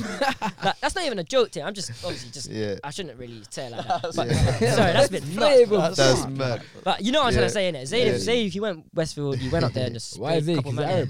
like, that's not even a joke, thing. I'm just obviously just. Yeah. I shouldn't really say it like that. Yeah. Sorry, that's a *laughs* bit nuts, bro. That's mad. But you know what I'm Yeah. trying to say, innit? Zayd, Yeah. if Zayd, if you went Westfield, you went up there and just *laughs* Why sprayed is a it? couple 'Cause man. *laughs* Arab.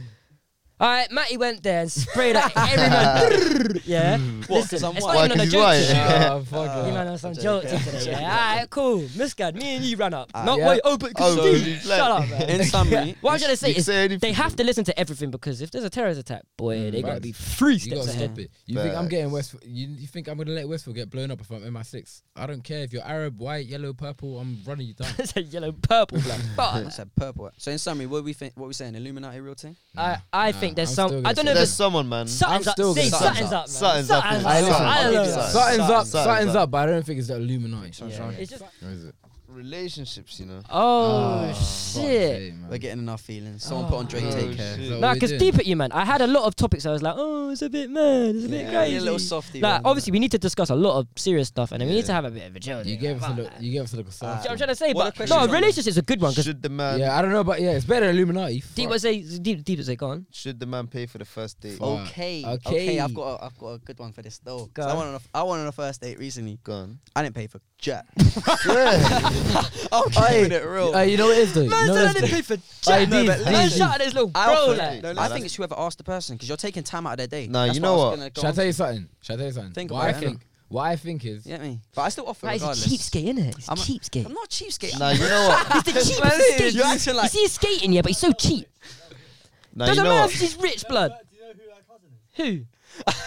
All right, Matty went there and sprayed at everyone. *laughs* yeah, What, listen, 'cause I'm it's not white? Why, even 'cause on a he's joke. white. today. Ah, fuck You it. man have some joke today. Yeah, all right, cool. Miscad, me and you ran up. Ah, Not yeah. wait, oh, but Oh, dude, dude, shut up, *laughs* man. *laughs* In summary, What I'm trying to You say is say anything, they have to bro. listen to everything because if there's a terrorist attack, boy, Mm, they gotta right. be three You steps gotta ahead. stop it. You think I'm Facts. getting West? You, you think I'm gonna let Westfield get blown up if I'm MI6? I don't care if you're Arab, white, yellow, purple. I'm running you down. *laughs* it's a yellow, purple, black. Fuck. It's a purple. So in summary, what we think? What we saying? Illuminati real thing? I, I Nah, think there's I'm still some. gonna I don't say know. if that. There's There's someone, man. something's I'm still up. See, gonna- something's up, man. Something's up. Something's I listen. I don't know. Something's up. Something's up. Something's Something's up. up, but I don't think it's the Illuminati. Something's Yeah, up. it's just- Where is it? Relationships, you know. Oh, fuck's shit. sake, man. We're getting in our feelings. Someone put on Drake, Oh, take shit. care. Is that Nah, what we're because doing? deep at you, man. I had a lot of topics. I was like, oh, it's a bit mad. It's a bit Yeah, crazy. you're a little softy. Like, man. obviously, we need to discuss a lot of serious stuff, and then we need Yeah. to have a bit of a journey. You gave us a Fuck. look. You gave us a look. of Ah. soft. I'm trying to say, What are but questions no, on that? relationship's a good one because Should the man Yeah, I don't know, but yeah, it's better than Illuminati. deep fuck. was a deep, deep was a gone. should the man pay for the first date? Fuck. Okay. Okay. okay. I've got. A, I've got a good one for this though. 'Cause I Go. went on. A, I went on a first date recently. Gone. I didn't pay for *laughs* jack. Yeah. I'm Aye. keeping it real. Uh, you know what it is though. Man, you know said I what it didn't is, pay for Aye, chat. no, but Man, listen. shut at his little I bro. offered- Like, No, I that's- think it's whoever asked the person because you're taking time out of their day. Nah, That's you know I was what? gonna go though. Shall I on tell to. you something? Shall I tell you something? Think what about I it, think. What I think is. You get me? But I still offer like, he's regardless. a cheapskate, isn't it? He's I'm a- cheapskate. I'm not a cheapskate. *laughs* Nah, you know what? He's the cheapest Man, skate. you're acting you like- see he's skating, yeah, but he's so cheap. Nah, you Doesn't know matter if what? she's rich, blood. Who? Who?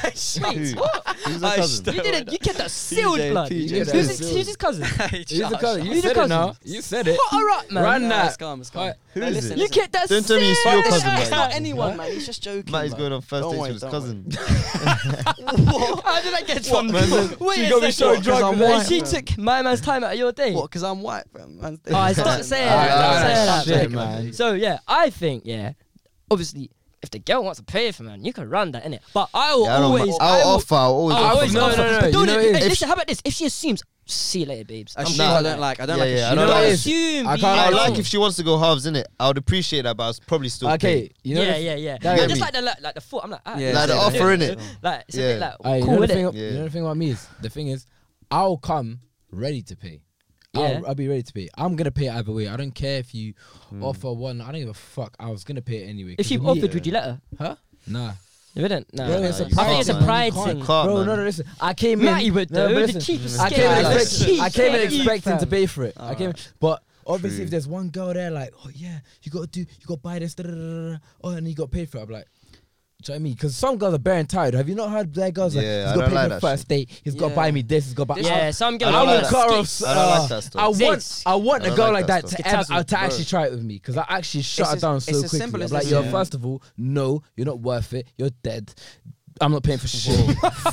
Wait, what? Who's her I cousin? You didn't. You *laughs* kept that sealed, TJ, blood. TJ, Who's that's his, sealed. who's his *laughs* cousin? He's the cousin. You He's the said it cousin. now. You said it. All right, man. Run Nah, that. it's calm, it's calm. Alright. Who No, is listen, it? You listen. kept that Don't tell me it's sealed, your cousin, blood. It's not Matt. anyone, man. He's just joking. Matt is man. going on first Don't dates worry, with his don't cousin. *laughs* How did I get from man, Wait a got me so second. drunk Because I'm with that, She man. took my man's time out of your day. What? Because I'm white, fam, man. Oh, I stop saying Alright, that. Stop alright, saying that. shit, Jacob. man. So yeah, I think yeah, obviously if the girl wants to pay for man, you can run that innit? But I will Yeah, I don't, always, I'll I will, offer. I'll always I offer. always no, offer. no, no, But you don't know it- it- hey, if- listen, how about this? If she assumes, see you later, babes. I I'm shit cool I with don't that. like. I don't Yeah, like. yeah, I I don't don't Don't like- like. assume. I be can't- I alone. like if she wants to go halves, innit? I would appreciate that, but I was probably still Okay. You know. yeah, the- yeah, yeah. That- No, Get just me. like the like, like the foot. I'm like, ah, Yeah, it's Like the okay, offer, it's innit? okay. Like it's a Yeah. bit like Aye, you know cool, the thing. innit? ab- You Yeah. know the thing about me is the thing is I'll come ready to pay. Yeah. I'll, I'll be ready to pay. I'm gonna pay either way. I don't care if you offer one. I don't give a fuck. I was gonna pay it anyway. If 'cause she me- offered, would you let her? Huh? Nah. You wouldn't. No, Bro, I it's a think it's a pride pride thing. thing. Can't, Bro, man. no, no, listen. I came in. Matty would no, though. The listen. cheapest I came, skate, in like, expecting, I came in cheapskate, expecting to fam. pay for it. I came in, but obviously, Ah, True. if there's one girl there, like, oh yeah, you gotta do, you gotta buy this, da, da, da, da, da. oh, and you got paid for it. I'm like, do you know what I mean? Because some girls are bare and tired. Have you not heard black girls? Yeah, like, I he's got don't to like pay for that the first date. He's got to Yeah. buy me this. He's got to buy. Yeah, some I, girls. I like don't want that. like girl. Skates. I don't like that stuff. uh, I want. Zits. I want I a don't girl like like that that stuff. to, have, Tazzle, uh, to actually try it with me because I actually shut her as- down it's so as quickly. simple I'm as like, this, yo, yeah. first of all, no, you're not worth it. You're dead. I'm not paying for shit.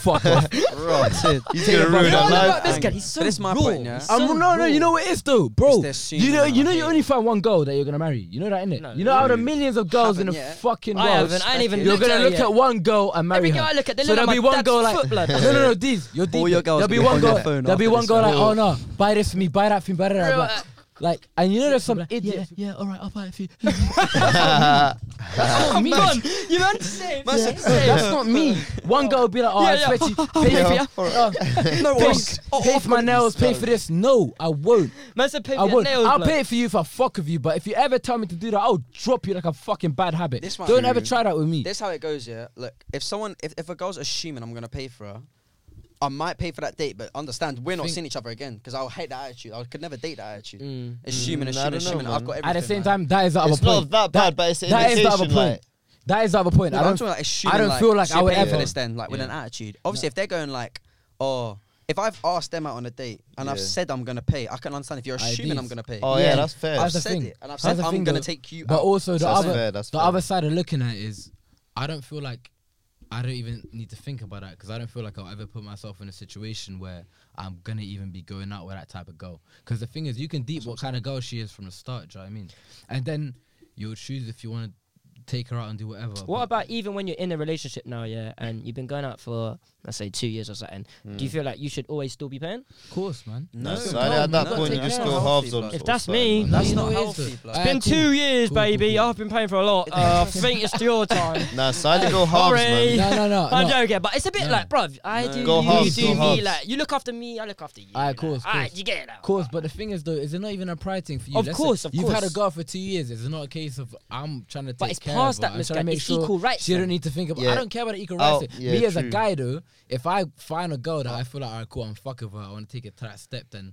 *laughs* Fuck You Rotted. off. *laughs* He's gonna ruin know her what I love about life. this guy? Hang He's on. so But this is my raw. point, yeah? He's so I'm no, no. raw. You know what it is though, bro. It's the You know, assuming, you know, I you hate only it. find one girl that you're gonna marry. You know that innit? No, you know, out of really. millions of girls in Haven't the yet. fucking I world, haven't. I ain't even. you're looked gonna her look yet. at one girl and marry Every her. girl I look at, they so look there'll at my be one dad's girl like, foot blood. no, no, no, these, you're these. All your girls there'll be will be one on girl. your phone There'll be after one this girl like, call. oh no, buy this for me, buy that for me, buy that. Bro, Like, uh, like, and you know, there's some idiot. Yeah, yeah, all right, I'll buy it for you. That's not *laughs* me. You man, save. Man said- That's not me. One girl will be like, oh, Yeah, I yeah. *laughs* expect you, pay *laughs* Yeah, for your- No Oh, pay- one's- pay for my nails, pay for this. No, I won't. Man said, pay I for your would. nails. I'll blood. pay it for you if I fuck with you, but if you ever tell me to do that, I'll drop you like a fucking bad habit. This one- Don't ever try that with me. This how it goes, yeah. Look, if someone, if, if a girl's assuming I'm gonna pay for her, I might pay for that date, but understand we're not Think- seeing each other again because I'll hate that attitude. I could never date that attitude. Mm. Assuming, Mm, I assuming, don't know, assuming I've got everything. At the same like- time, that is the other it's point. not that bad, but it's an that is the other indication. point. Like, that is the other point. No, I but I'm don't. talking, like, assuming, don't feel like should I would pay for ever- this then, like with an attitude. Obviously, if they're going like, oh, if I've asked them out on a date and I've Yeah. said I'm gonna pay, I can understand if you're assuming I'm IDs. gonna pay. oh yeah, Yeah. that's fair. I've the said thing. it, and I've That's said the I'm thing, gonna though. take you But out. also the That's other fair, that's the fair. other side of looking at it is, I don't feel like I don't even need to think about that because I don't feel like I'll ever put myself in a situation where I'm gonna even be going out with that type of girl. Because the thing is, you can deep what kind of girl she is from the start. Do you know what I mean? And then you'll choose if you want to take her out and do whatever. What but- about even when you're in a relationship now, yeah, and you've been going out for let's say two years or something? Do you Hmm. feel like you should always still be paying? Of course, man. No, No, so no, at that no, point you no, just no, go no. halves on. If sort that's of me, side, No, man. that's you know not it is, healthy, though. blood. It's Alright, been Uh, cool. two years, Cool, cool, baby. cool. I've been paying for a *laughs* lot. Uh, I think it's your time. Nah, sadly *laughs* go halves, Sorry. man. No, *laughs* no, no. *laughs* I'm no. joking, but it's a bit No. like, bruv, I No. do, Go you halves, do go me. halves. Like you look after me, I look after you. Alright, like, course, alright, course. you get it. Of Of course, but the thing is, though, is it not even a pride thing for you? Of Let's course, of you've had course. a girl for two years. It's not a case of I'm trying to take But it's care past of her. that, I'm Miss trying to Guy. make It's sure equal rights She then. don't need to think about. Yeah. I don't care about the equal Oh, rights. thing. yeah, Me as a true. guy, though, if I find a girl that I feel like, alright, cool, I'm fucking with her. I want to take it to that step. Then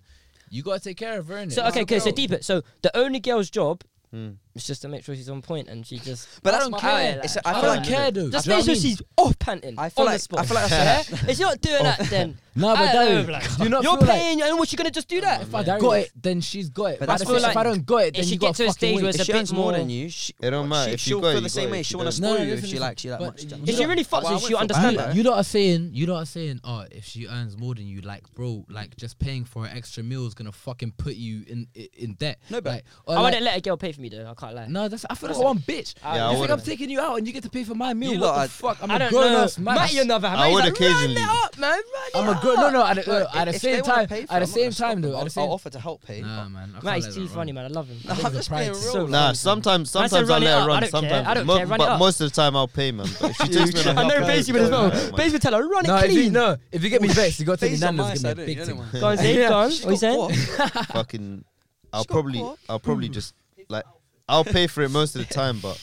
you gotta take care of her. Innit? So okay, okay, so deep it. So the only girl's job Mm. is just to make sure she's on point and she just. Hmm. But I that's don't my- care. it's- like, I I feel don't like- care, though. Just Do make you know what I sure mean? she's off panting. I feel on like- the spot. I feel like that's- Yeah? if you're not doing that, then No, but I don't then, know, like, do you not you're feel like- paying, and what you gonna just do that? If I got it, then she's got it. But But that's if, what I'm if I saying. don't got it, It then should you get got to a stage where if it's a she bit earns more more- than you, she, It don't matter. She, If you she'll got it, feel you the same got it. way. If She you want to don't- No, spoil no, you if listen, she listen. likes you that But much. you don't If she? she really Well, I fucks you, went you for understand Bala. that. You lot are saying, you lot are saying, oh, if she earns more than you, like, bro, like just paying for an extra meal is gonna fucking put you in in, in debt. No, but- like, or I like- wouldn't let a girl pay for me though. I can't lie. no, that's I feel like one bitch. I Yeah, you think I I'm wouldn't. taking you out and you get to pay for my meal? You what lot the are- fuck? I'm I a don't grown know. ass man. Matt, you know that. I Matt's would like, occasionally. Run it up, man. Run it I'm a up." grown. No, no. At, the- Look, uh, at the if they same wanna pay time, for it, at the I'm not gonna same stop time them. though, I'll, at the same. I'll offer to help pay. Nah, but man. I Matt, can't he's let too that funny, run. man. I love him. I think I'm it's just a pride being thing. real. It's a man. Nah, pride thing. sometimes I said sometimes I run it let up, I her don't run. care, Sometimes, I don't Mo- care, run it but up. most of the time I'll pay, man. But if *laughs* she takes me, I on a I know know half Basie Basie would would as well. hour, man. Basie would tell her, run it No, if you clean. no, if you get me vexed, you gotta take Face the on my Nando's. side, Give me don't a you? You're the big one. thing. Go on, Zay, go on. She What you got saying? fucking I'll She got probably caught. I'll probably just like I'll pay for it most *laughs* of the time, but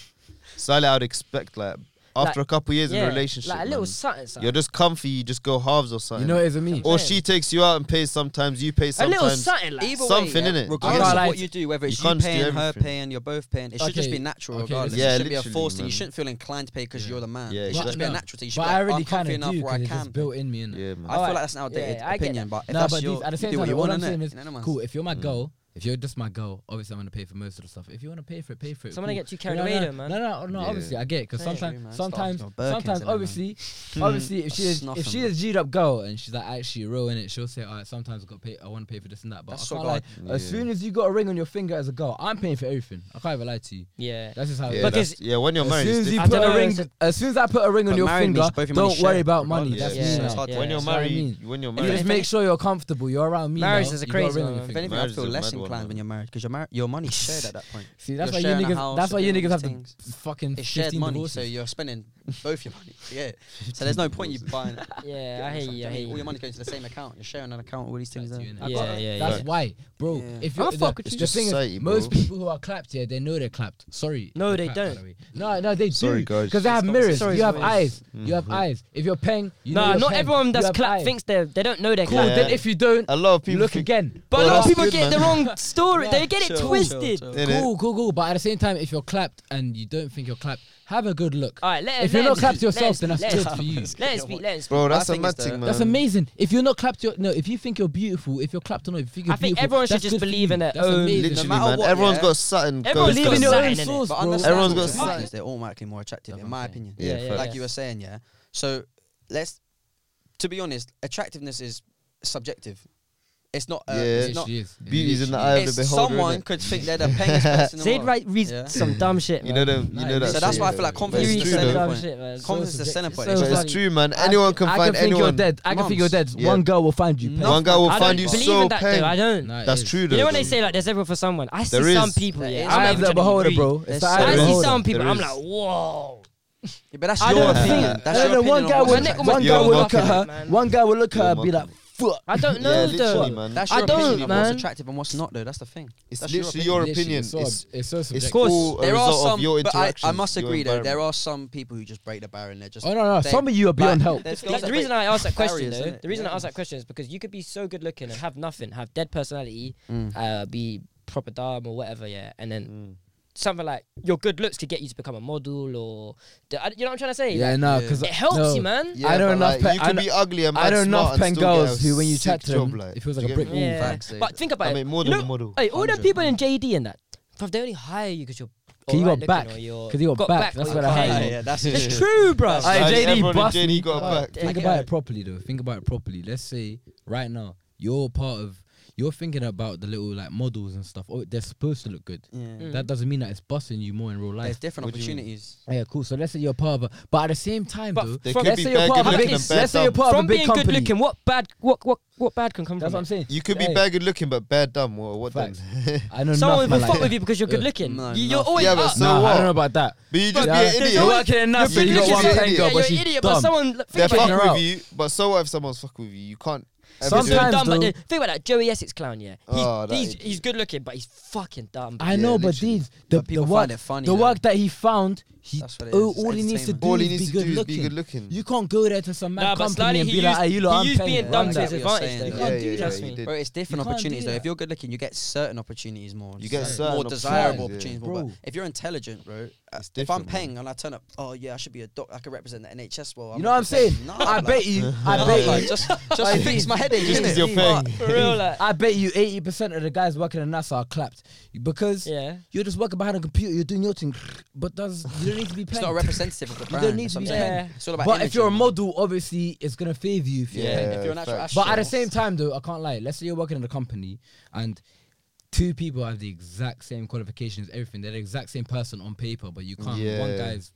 slightly I'd expect like after Like, a couple years in Yeah, a relationship, Like a little man, something, you're something. just comfy. You just go halves or You something. know it isn't me. or she takes you out and pays sometimes. You pay A sometimes. little something, like. Either way, Something, yeah, innit? Regardless Yeah. of Like- what you do, whether it's You you, can't just do paying, her everything. paying, you're both paying, it should just Okay. be natural Okay, regardless. listen. it Yeah, shouldn't be a literally, forced thing. man. You shouldn't feel inclined to pay because you're the man. Yeah, it But should just be a no, natural thing. You should But be I like, "Oh, already I'm kind comfy of enough do where I because it's can. just built in me. innit? Yeah, I man. feel Alright. like that's an outdated Yeah, I get opinion, but if No, that's but your, these, at you the same do time, what you what want, I'm saying innit? Mm. is, You know, no man's- cool. If you're my girl, if you're just my girl, obviously I'm gonna pay for most of the stuff. If you wanna pay for it, pay for it. So I'm gonna cool. get too carried no, away no, though, man. No, no, no. Yeah. Obviously, I get because Same. sometimes, True, man. Start sometimes, with your Birkins sometimes, innit, man? obviously, Hmm. obviously, if That's she's nothing, if she's a bro. G'd up girl and she's like actually real in it, she'll say, alright, sometimes I got pay. I want to pay for this and that. But That's I what can't lie. God- As Yeah. soon as you got a ring on your finger as a girl, I'm paying for everything. I can't even lie to you. Yeah. That's just how. it yeah, is. Because- that's- yeah, when you're as married, soon it's as you I've put different. done a a ring, ring- as soon as I put a ring on But your married means finger, both your money's don't worry shared, about money. That's regardless. Yeah. me It's now. hard to- when Yeah, you're that's what I married, mean. when you're You married, just make sure you're comfortable. You're around me. Marriage now, is a you got crazy ring on one, your man. If finger. anything, I Marriage is feel a less mad one, inclined man. when you're married because your, mar- your money's shared at that point. See, that's You're why you sharing a niggas. house, That's why you're you doing niggas have things. to fucking It's shared 15 money, divorces. so you're spending both your money. Yeah. So there's no point you buying. Yeah, I hear you. I hear All you. your money's going to the same account. You're sharing an account with all these things. Back to you, innit? innit? Yeah, yeah, That's yeah. why, bro. Yeah. If I'll you're fuck the, with you. the It's thing society, is, most bro. people who are clapped here, they know they're clapped. Sorry. No, they're they clapped, by don't. the way. No, no, they Sorry, do. guys. Mm-hmm. Because they have Stop. mirrors. Sorry, you have guys. eyes. You have eyes. If you're paying, you know Nah, you're not paying. everyone You that's have clap eyes. thinks they they don't know they're Cool. clapped. Yeah. Then if you don't, a lot of people look think- again. But a Well, lot of that's people good, get man. the wrong story. They get it Chill, chill, twisted. chill. innit? Cool, cool, cool. But at the same time, if you're clapped and you don't think you're clapped, have a good look. All right, let let If you're him not clapped speak, let yourself, him then speak, that's let him good for speak. you. Let him speak. Let him speak. Bro, that's I a think mad it's the- thing, man. That's amazing. If you're not clapped, you're, no. If you think you're beautiful, if you're clapped or not, if you think you're I think beautiful, everyone should that's just good for believe you. in their That's own- amazing. Literally, matter man. what, Everyone's yeah. got something. Everyone's going got Believe in your something. something. own innit? source, But bro. understand Everyone's what got the point sight. is They're automatically more attractive, That's in what my I'm opinion. Yeah, Yeah, yeah, Like yeah. you were saying, yeah. So let's, to be honest, attractiveness is subjective. It's not. Uh, Yeah. It's not. She is. Beauty's in the She eye of it's the beholder. someone innit? could think they're the *laughs* penniest person in the Zayd world. right reads Yeah. some dumb shit. man. You know them. You Nah, know it's- that. So that's shit, why I feel man. like You confidence It's is read the true, some though. selling dumb point. shit, man. So Confidence is the selling subjective. point. So It's But it's funny. true, man. I- Anyone can I find can think you're anyone. dead. I can think you're dead. Yeah. One girl will find you. No. One guy will I don't find you believe so in that though. I pen. don't. No, it That's is. true, though. You know when they though. say like there's ever for someone, I see There some is. people. There Yeah, is. I'm I not have even the trying to beholder, agree. bro. It's the eye There of I the is. see beholder. some people. There I'm is. like, whoa. Yeah, but that's I your don't opinion. think- That's no, your no, one opinion. guy on will what's Nick attractive. woman- one You're guy will look at mocking her. it, man. One guy will look at her You're and be like, mocking fuck. I don't know yeah, though. literally, man. That's I your opinion don't, of man. what's attractive and what's not, though. That's the thing. it's That's your literally your Literally, opinion. So It's, ob- it's so it's subjective. course. all a there are result some, of your but I, interactions. I must your agree though. There environment. are some people who just break the barrier and they're just. Oh no, no. they- Some of you are beyond like, help. there's The- girls the that reason break I asked that question, barriers, though, innit? the reason I Yeah. asked that question is because you could be so good looking and have nothing, have dead personality, Mm. uh, be proper dumb or whatever, yeah, and then Mm. something like your good looks could get you to become a model or, d- I- you know what I'm trying to say? Yeah, Like, no, Yeah. because it helps no. you, man. Yeah, I know but, enough Like, pe- you I can know- be ugly and I mad know enough smart and pen still get a girls who when you sick chat to job, them, like, it feels do like you a get brick me? Mm, Yeah. facts, eh? But think about I it. mean, more you than know, a model. Hey, all the 100, people in JD and that, bruv, they only hire you because you're. 'Cause you alright got back. looking or you're- 'Cause you got back, that's or you're where they hire paying. you. yeah, that's It's true, bro. That's- Like, JD everyone in bust JD me. got Oh, back. Take Think it about out. it properly, though. Think about it properly. Let's say right now you're part of. You're thinking about the little like models and stuff. Oh, they're supposed to look good. Yeah. Mm. That doesn't mean that it's busting you more in real There's life. different What do you mean? opportunities. Yeah, cool. So let's say you're part of a, but at the same time, But though, They From- could let's be say you're bad part of a How good big. looking big- and Let's bad say you're dumb. part of a From big being good company. looking, what bad, what, what, what bad can come That's what from I'm it? saying. You could be Hey, bad good looking but bad dumb. What, what then? Facts. I know Someone nothing will like fuck that. with you because you're good Uh, looking. No, you, you're nothing. always Yeah, but up. So nah, I what? don't know about that. but you just Yeah, be an there's idiot. You're always- working enough, You're so you got big one looking pen idiot. girl, yeah, but you're she's an idiot, but dumb. someone think They're about fucking it. fucking her up. with you, but so what if someone's fucking with you? You can't. ever He's Sometimes, do so it. dumb, but though- then, think about that Joey Essex clown. Yeah, Oh, that he's he's, idiot. he's good looking, but he's fucking dumb. I Yeah, know, but literally. these the, But the people work find it funny. the though. work that he found, he That's what it all, is, all he needs to entertainment. do All he is needs be to do good is be good looking. looking. You can't go there to some Nah, mad but company Slightly, and he be like, used- "Hey, you he lot, I'm used paying." being you." dumb Like to that. his advantage, saying, though. yeah, You yeah, can't do yeah, trust yeah, me. you did. Bro, it's different You can't do opportunities though. that. If you're good looking, you get certain opportunities more. You get Certain- certain more opportunities, desirable yeah. opportunities more. Bro. But if you're intelligent, bro, uh, It's if I'm different, man. paying and I turn up, oh yeah, I should be a doc. I could represent the NHS well. You know what I'm saying? No, I like- bet *laughs* you, I no, bet like, you, just *laughs* just fix my headache. Just 'cause you're innit? paying. For real, like, I bet you, eighty percent of the guys working at NASA are clapped because yeah. you're just working behind a computer, you're doing your thing, but does you don't need to be It's paying. not representative of the brand. need that's to what be I'm saying. paying. It's all about. But if image you're a and- model, obviously it's gonna favor you if you're Yeah, paying. if you're an actual facts. But at the astronaut- same time, though, I can't lie. Let's say you're working in a company and two people have the exact same qualifications, everything. They're the exact same person on paper, but you can't. One Yeah. guy's,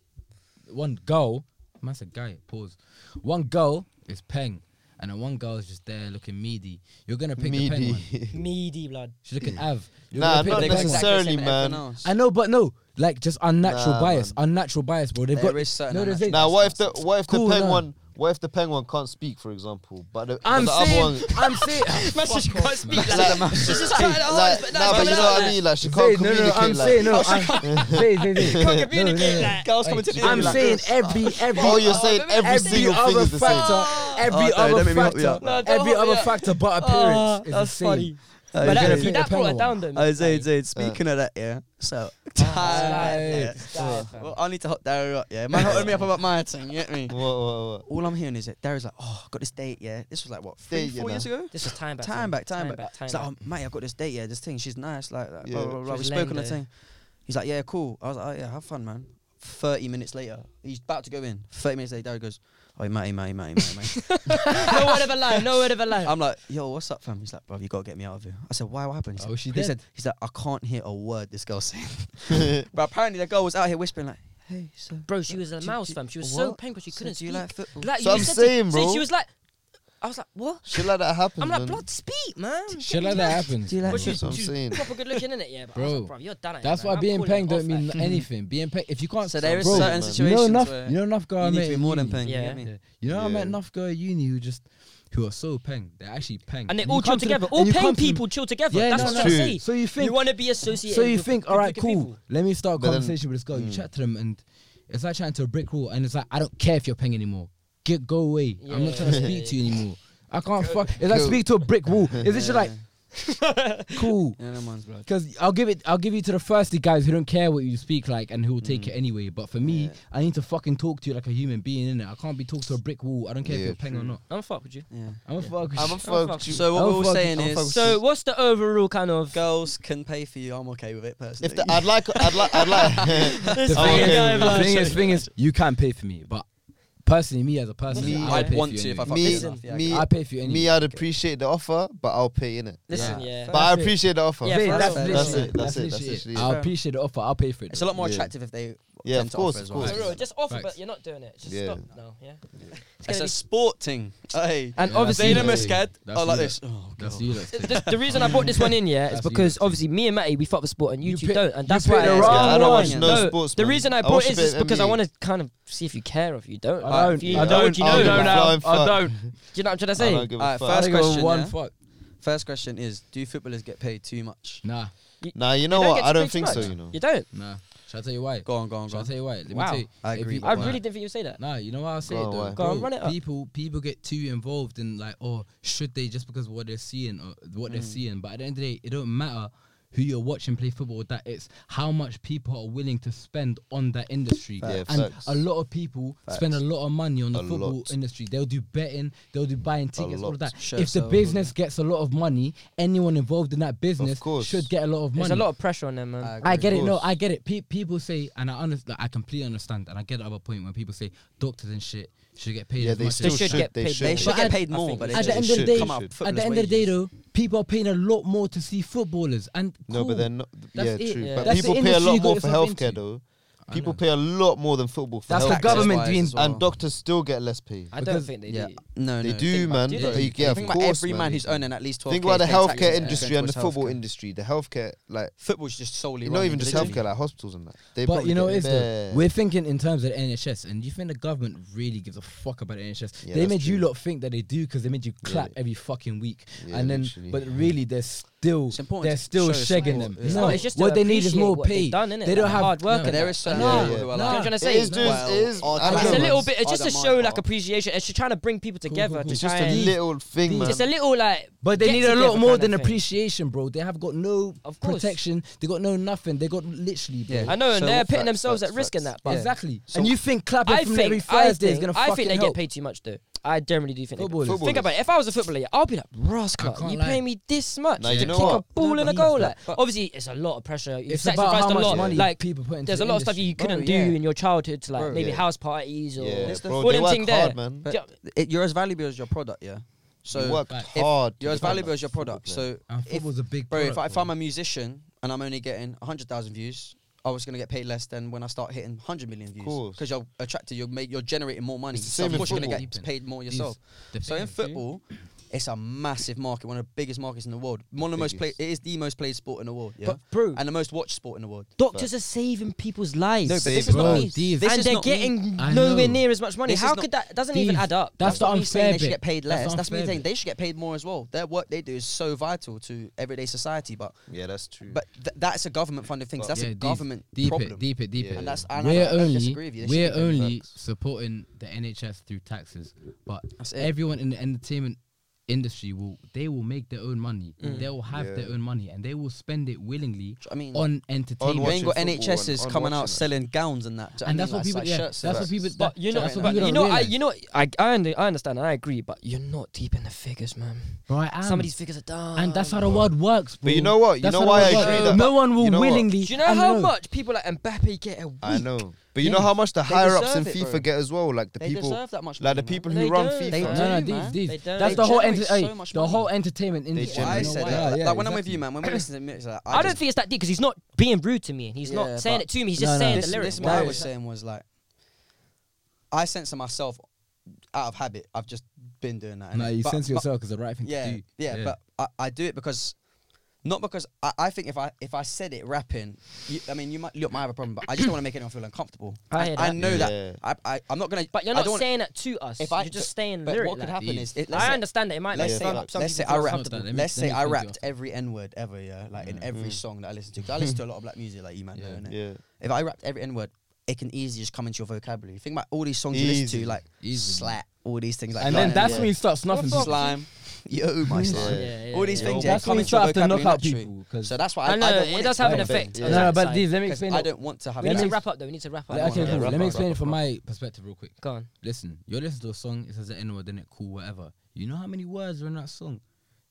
one girl, man, it's a guy. Pause. One girl is Peng, and then one girl is just there looking meaty. You're gonna pick the Peng one. Meaty. Meaty blood. She's *laughs* looking Av. You're gonna Nah, pick not the They've got Peng one. exactly necessarily, the same man. everyone else. I know, but no, like just unnatural Nah, bias, man. unnatural bias, bro. They've There got is certain no, there's unnatural- *laughs* Now, what if the what if Cool, the no. penguin what if the penguin can't speak, for example, but the, but I'm the other *laughs* one saying, I'm saying, *laughs* Man, she can't speak like Like- that. She's just Hey, trying to Oh, like, but nah, that's but you know what I like- mean. Like she Zay, can't no, no, communicate. I'm like, saying no. I'm, Zay, Zay, Can't Zay. No, no, no, communicate no. like. Girls coming to the I'm gym like saying this. every every Oh, you're saying every, every single other thing is the same. factor, every Oh, no, other don't make me help you factor, out. No, don't every help me other out. factor but Ah, appearance is the That's same. funny. But Uh, you're that gonna see, pick that the brought it penguin. down though. man. Oh, Zaid, Zaid, speaking of that, yeah. *laughs* So, Slide, tired. slide, fam. Well, I need to hot Dario up, yeah. Man hotting me up about my thing, you get me? What, what, what? All I'm hearing is that Dario's like, oh, I got this date, yeah. This was like, what, three, Date, you four know. years ago? This was time back. Time fam. back, time back. time It's back. like, oh, mate, I got this date, yeah. This thing, she's nice, like, like Yeah. blah, blah, She blah. We was spoke on the lame, thing. He's like, yeah, cool. I was like, oh, yeah, have fun, man. 30 minutes later, he's about to go in. 30 minutes later, Dario goes, oh, matey, matey, matey, matey, matey. no word of a lie. No word of a lie. I'm like, yo, what's up, fam? He's like, bro, you gotta get me out of here. I said, why? What happened? He's Oh, like- she he dead? said, he's like, I can't hear a word this girl's *laughs* saying. but apparently, the girl was out here whispering like, hey, so Bro, she was a Do- mouse, do- fam. She was what? so painful she So couldn't do you speak. like football? Like, So you I'm said to- saying, see, bro. She was like, I was like, what? Shit like that happens. I'm like, man. blood speak, man. Shit like that happens. Do you like- bro. But she's, That's what I'm she's saying. proper good looking, innit? Yeah, but I was like, Bro, bro, you're done at it, That's man. why I'm being calling peng it off, don't mean like- anything. Being peng, if you can't, So there is bro, certain man. you know situations enough, where you know enough girl. I you need met to be in more than uni. peng. you Yeah. get me? Yeah. You know, I Yeah. met enough girl at uni who just who are so peng. They're actually peng, And they you all chill come to them- together. and All you paying come to them- people chill together. Yeah, That's no, what no. I'm true. saying. So you think You want to be associated. So you with think, good all right, looking cool. people. Let me start a But then- conversation with this girl. You chat to them, and it's like trying to a brick wall, and it's like I don't care if you're paying anymore. Get go away. I'm not trying to Yeah. speak to you anymore. I can't fuck. It's like speak to a brick wall. Is it just like cool? Yeah, no man's blood. Because I'll give it, I'll give you to the thirsty guys who don't care what you speak like and who will take it anyway. But for me, Yeah. I need to fucking talk to you like a human being. In it, I can't be talked to a brick wall. I don't care if Yeah, you're paying or not. I'm fuck with you. Yeah. Um, I'm a fuck. *laughs* *laughs* I'm a fuck. you. So what I'm we're all fucking- saying I'm is, fucking- So what's the overall kind of? girls can pay for you. I'm okay with it personally. If the, I'd like, I'd like, I'd like. *laughs* *laughs* This I'm fucking okay guy, with man. thing is, thing is, you can't pay for me, but personally, me as a person, Me, I'll I'd pay I'd for want you to if anyway. I fucked Me- it up, yeah, I me- get it. I pay for you anyway. me, I'd appreciate the offer, but I'll pay in it. Listen, Yeah. But I That's it. appreciate the offer. Yeah, Babe, for us, that's, that's literally it. it. That's it, that's literally literally it. I appreciate the offer. I'll pay for it. It's a lot more Yeah. attractive if they Yeah, them of to course, offer of as For well. course. real, just offer, Facts. but you're not doing it. Just Yeah. stop now. Yeah. It's It's gonna a be sport thing. Hey, And Yeah, obviously, they that's them are it. scared. That's Oh, like you this. Oh, That's God. you. That's th- th- the reason I brought this one in, yeah, is That's you. because obviously me and Matty we fuck with sport and you, You two pick- don't, and that's pick why. the I asked. wrong I don't watch one. no, No, sports. the man. reason I watch brought a it is bit just of because I ME. want to kind of see if you care or if you don't. I Like, if don't- you- I what don't- do you I know? don't about- know. Flying I fuck. don't. Do you know what I'm trying to I say? don't give a Alright, fuck. first I go question, One yeah? fuck. First question is: Do footballers get paid too much? Nah, Nah, you You know don't what? get I to don't pay too think so. much. You know. You don't. nah. Shall I tell you why? Go on, go on, go Shall I on. tell you why? Let Wow. me tell you. I if agree you- with I Why? really didn't think you would say that. Nah, you know why I say Go it on, though. why? Go on, Bro, run it up. People, people get too involved in like, oh, should they just because of what they're seeing or what Mm. they're seeing? But at the end of the day, it don't matter who you're watching play football. That it's how much people are willing to spend on that industry. Yeah, and facts. a lot of people spend a Facts. lot of money on the A football lot. industry. They'll do betting, they'll do buying tickets, all of that. lot. Sure, if the so- business gets a lot of money, anyone involved in that business course. should get a lot of money. There's a lot of pressure on them, man. I agree. I get it. No, course. I get it. Pe- people say, and I understand. Like, I completely understand, and I get the other point when people say doctors and shit should get paid. Yeah, as they much still as should get They paid should. They more. should But get at- paid I more, think but they they At the should. end just of the day, Should. come out. at the end of the day, though, people are paying a lot more to see footballers, and No, cool. but they're not. Yeah, That's it. true. Yeah. But That's the people pay a industry you lot got more for yourself healthcare, into. though. I People know. pay a lot more than football for That's the healthcare. government doing- And doctors still get less pay. I don't Because- think they Yeah, do. no, They no. do, about- man. do But they? you- Yeah, of Think about course. every man man. who's earning at least twelve. Think about the healthcare industry and the football industry. industry. The healthcare, like, Football's just solely not run even just individually. healthcare, like hospitals and that. They But probably you know, get it's the, bare- we're thinking in terms of the NHS, and you think the government really gives a fuck about the NHS? Yeah, they that's made you true. lot think that they do because they made you clap every fucking week, Yeah, and then, literally. but really, they're still It's important they're to still show shagging support, them. yeah. No, No, it's just to what they need is appreciate more what they've pay. done, innit? They don't Like, have hard work no, and There that. is certain Nah, people who are nah. Do you know what I'm like, trying to It say? is No. just- it is- Well, I It's don't a know. little bit. It's Oh, just to the show like mic part. appreciation. It's just trying to bring people together cool, cool. to It's try just a and. little thing, man. It's a little like. But they get need a together lot more kind than of thing. appreciation, bro. They have got no Of course. protection. They got no nothing. They got literally, bro. I know, and So, they're putting facts, themselves facts, at risk in facts. that. But exactly. So- and you think clapping I from think, every I Thursday is think, gonna I fucking think they get help? paid too much though. I generally do think. They Footballers. get paid. Think about it. If I was a footballer, yeah, I'll be like, Rascal, can't you lie. paying me this much Now, to you kick know a what? ball No, and a but- goal? but- Like, obviously, it's a lot of pressure. You It's about how sacrificed a much lot. money Like, people put into there's the a lot of stuff you industry. couldn't Bro, do yeah. in your childhood to like Bro, maybe yeah. house parties or Yeah, That's the bro, all they them work thing there. hard, man. Do you- It, you're as valuable as your product, yeah. So They work if hard. to you're as become a valuable as your football product. player. So, And if, football's a big bro, if, I, product, if bro. I'm a musician and I'm only getting 100,000 views, I was gonna get paid less than when I start hitting 100 million views course. because you're attracted, you're make, you're generating more money. It's the So same of in course you're gonna football. get paid more These- yourself. the So in thing is, football, it's a massive market, one of the biggest markets in the world. One of the most played. Biggest. It is the most played sport in the world, yeah, But bro, and the most watched sport in the world. doctors are saving people's lives. No, but this is Bro, not- these- this and is they're not me. getting I nowhere know. near as much money. This How is could that? Doesn't These- even add up. That's, that's the what I'm saying. unfair They should bit. get paid That's less. the That's, me unfair saying bit. they should get paid more as well. Their work they do is so vital to everyday society, but Yeah, that's true. but th- that's a government funded thing. so that's yeah, a deep- government deep problem. It, deep it, deep Yeah. it. And that's and I, we're don't- I only disagree with you. They should we're get paid more. only facts. supporting the NHS through taxes, but That's it. everyone in the entertainment industry will they will make their own money. They will have Yeah. their own money and they will spend it Mm. willingly Do you know what I mean, on you entertainment. ain't got watching football NHSs and- coming and out watching it. selling gowns and that. do you and know that's what I what mean? people, Like, yeah, shirts that's and what that. people. But you're not. that's what but people you don't know, I, realise. you know, I, I, under- I understand and I agree, but you're not deep in the figures, man. Bro, I am. Some of these figures are down. Um, and that's how the world works. Bro. But you know what? You That's know how the why I world agree works. that- no one will you know what? willingly. Do you know I how much people like Mbappe get a week? I know. But you Yeah. know how much the They higher ups in deserve it, FIFA bro. get as well. Like the They people, deserve that much. like money, the man. people They who run don't. FIFA. They No, do, no, man. these, They these. don't. That's They the whole generate enter- so hey, much the money. whole entertainment Why industry. I generate know said why. that. so much. Like Yeah, yeah, when I'm with exactly. you, man, when we're listening to it, it's like, I don't just- think it's that deep because he's not being rude to me, and he's Yeah, not saying but- it to me. He's No, just no. saying this, the lyrics. This what I Yeah. was saying was like, I censor myself out of habit. I've just been doing that. No, innit? you But- censor but- yourself because the right thing Yeah, to do. yeah, But I, I do it because, not because I, I think if I if I said it rapping, you, I mean you might you might have a problem, but I just don't want to make anyone feel uncomfortable. I hear And I that. know Yeah. that I, I I'm not gonna. But you're I not don't wanna- saying that to us. If I- you're just saying But lyric. what like- could happen is, it, let's I say- understand that it might make Let's say, some like, some let's say people I feel Mm. rapped. Not that, let me- let's let me say I think rapped after. every N word ever. Yeah, like in every song that I listen to. 'Cause I listen to a lot of black music, like you man. know, Yeah. innit? Yeah. If I rapped every N word, it can easily just come into your vocabulary. Think about all these songs you listen Easily. to, like Easily. slap, all these things like And that. then that's Yeah. when you start snuffing people. slime. *laughs* Yo, my slime. Yeah, yeah, all these yeah. things That's yeah, when come into you your start to knock vocabulary out naturally. people. 'cause- So that's why I, I I know don't want it does have an to effect. be. on Yeah. that No, but side. these. Let me because explain. I it. don't want to have. we need that. to me- wrap up though. We need to wrap up. Let- on, Okay, yeah, cool. wrap Let me up, explain wrap it from up. my perspective real quick. Go on. Listen, you're listening to a song. It says the N word, then it cool, whatever. You know how many words are in that song?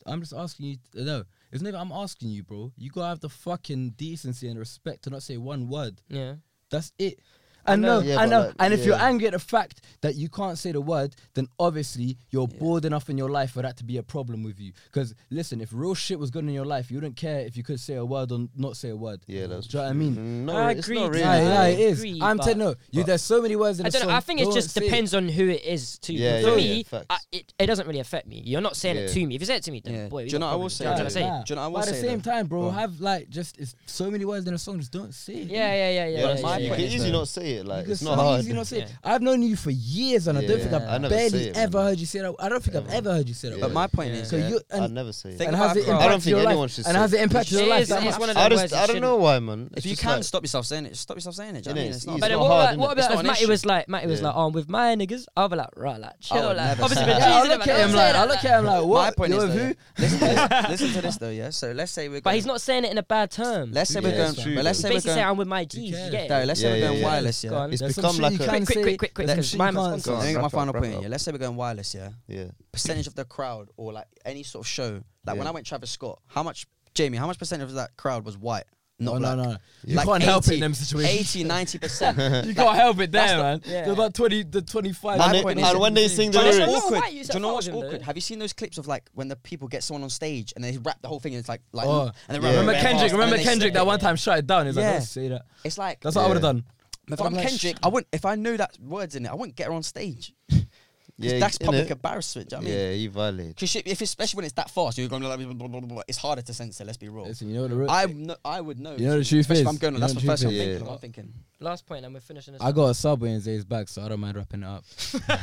I'm just asking you. No, it's never. I'm asking you, bro. You gotta have the fucking decency and respect to not say one word. Yeah. That's it. I know, Yeah, I but know. like, and if you're yeah. angry at the fact that you can't say the word, then obviously you're bored enough in your life for that to be a problem with you. Because listen, if real shit was good in your life, you wouldn't care if you could say a word or not say a word. Yeah, that's Mm, Do you know what I mean? No, I it's agree, not really. Yeah, Aye, I aye, it is. agree, I'm but- telling you, you, there's so many words in I the don't song. know. I think it don't just say depends on who it is too. Yeah, For yeah, me, yeah, I, facts. it, it doesn't really affect me. You're not saying it Yeah. to me. If you say it to me, then Yeah. boy, we Do got you know what I will problems. say Do you know what though? I'm trying to Nah, Do you know what I but will at the say same though? time, bro, Go on. have like just it's so many words in a song. Just don't say it. say? Yeah, yeah, yeah, yeah. Yeah, yeah, that's- yeah, my you yeah, can point yeah. is easily though- not say it. Like You it's can not so hard. easily not say it. Yeah. I've known you for years, and I don't Yeah. think I I've never barely say it, man. ever heard you say that. I don't think I've Yeah. ever heard you say that. Yeah. But my point Yeah. is, So yeah, you I and never say it. Think and about how's it crime. I don't impacted think your anyone life? should And say how's it it. impacted your It life? is, that it's much? one of I them just words I that don't know shouldn't- why, man. if It's you just can like- stop yourself saying it, stop yourself saying it. Do you know what Innit, I mean? it's It's not easy. But it's then not what, not hard, about- innit? what about It's if not an Matty issue. was like, Matty was Yeah. like, oh, I'm with my niggas, I'll be like, right, like, chill, would like, never obviously, say with G's, that. Yeah, I innit, look but at him don't like say I that, look at him like what? My point You're is, with though, who? yeah, *laughs* listen, to this, listen to this though, yeah. So let's say we're, But going, he's not saying it in a bad term. Let's say Yeah, we're it's going, true, but let's He's say we're basically going, saying I'm with my G's. cares? You get it? though, let's say Yeah, we're yeah, going yeah. wireless, Go yeah. on. It's There's some become shit like you a- Quick, can't quick, say. quick, quick, quick. There's some 'cause shit you mine was can't one Go Let on, me second. get wrap my up, final wrap point. up. Yeah, let's say we're going wireless. Yeah, Yeah. percentage of the crowd or like any sort of show. Like when Yeah. I went Travis Scott, how much Jamie? How much percentage of that crowd was white? Not No, no, black? no. You Like can't help it 80, in them situations. 80, 90 *laughs* percent. You can't help it That's there, man. yeah. There's about twenty, the twenty-five. My And, point it, is and it- when they sing the But Do you know it's what's lyrics, not awkward? white, you Do you know what's said fuck them, awkward? though. Have you seen those clips of like when the people get someone on stage and they rap the whole thing and it's like like Oh. and they Yeah. rap Remember bare Kendrick? bars and Remember they sing Kendrick? it. That one time, shut it down. He's like, Yeah. don't say that. It's like That's what I would have Yeah. done. if But I'm I'm like, Kendrick, sh- I wouldn't if I knew that words in it, I wouldn't get her on stage. 'Cause yeah, that's innit? public embarrassment. Do you know what I mean? Yeah, you violate. 'Cause shit, if especially when it's that fast, you're going to like blah, blah, blah, blah, blah. it's harder to censor. Let's be real. Listen, you know what the real- I kno- I would know. You know the truth especially is- if I'm going. you On, know that's the the truth first thing I'm is- thinking. Yeah. of, I'm thinking. Last point, and we're finishing this. I one. got a subway in Zay's back, so I don't mind wrapping it up.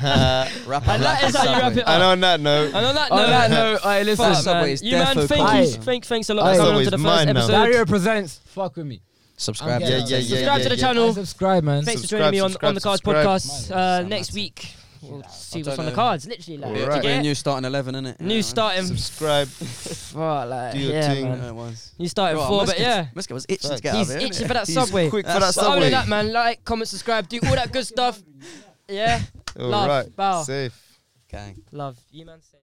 Rap And that is how you wrap it And up. on that note, And on Oh, that On that note, note, I listen. fuck, man. Subway's you man, defo thank you, cool. thank, thanks a Aye. lot for coming Subway's to the first mine now. episode. Barrier presents. Fuck with me. Subscribe. I'm yeah, getting yeah, out. yeah. Subscribe yeah, to the yeah. channel. Guys, subscribe, man. Thanks for Subscribe, joining me on, subscribe, on the Cards subscribe. podcast. Mine Uh, is next massive. week, we'll see I what's don't on the know. cards. Literally, like, Yeah, to right. get New starting eleven, innit? new starting. *laughs* Subscribe. Fuck, like, Do your yeah, thing. man. Yeah, it was. New starting Right, four, Muska- but yeah. Muska was itching to Facts. get out He's of here. innit? itching for that He's subway. quick for that That's- Other subway. than that, man, like, comment, subscribe, do all that good stuff. Yeah, All Love, right. bow. Safe. Gang. love you, man.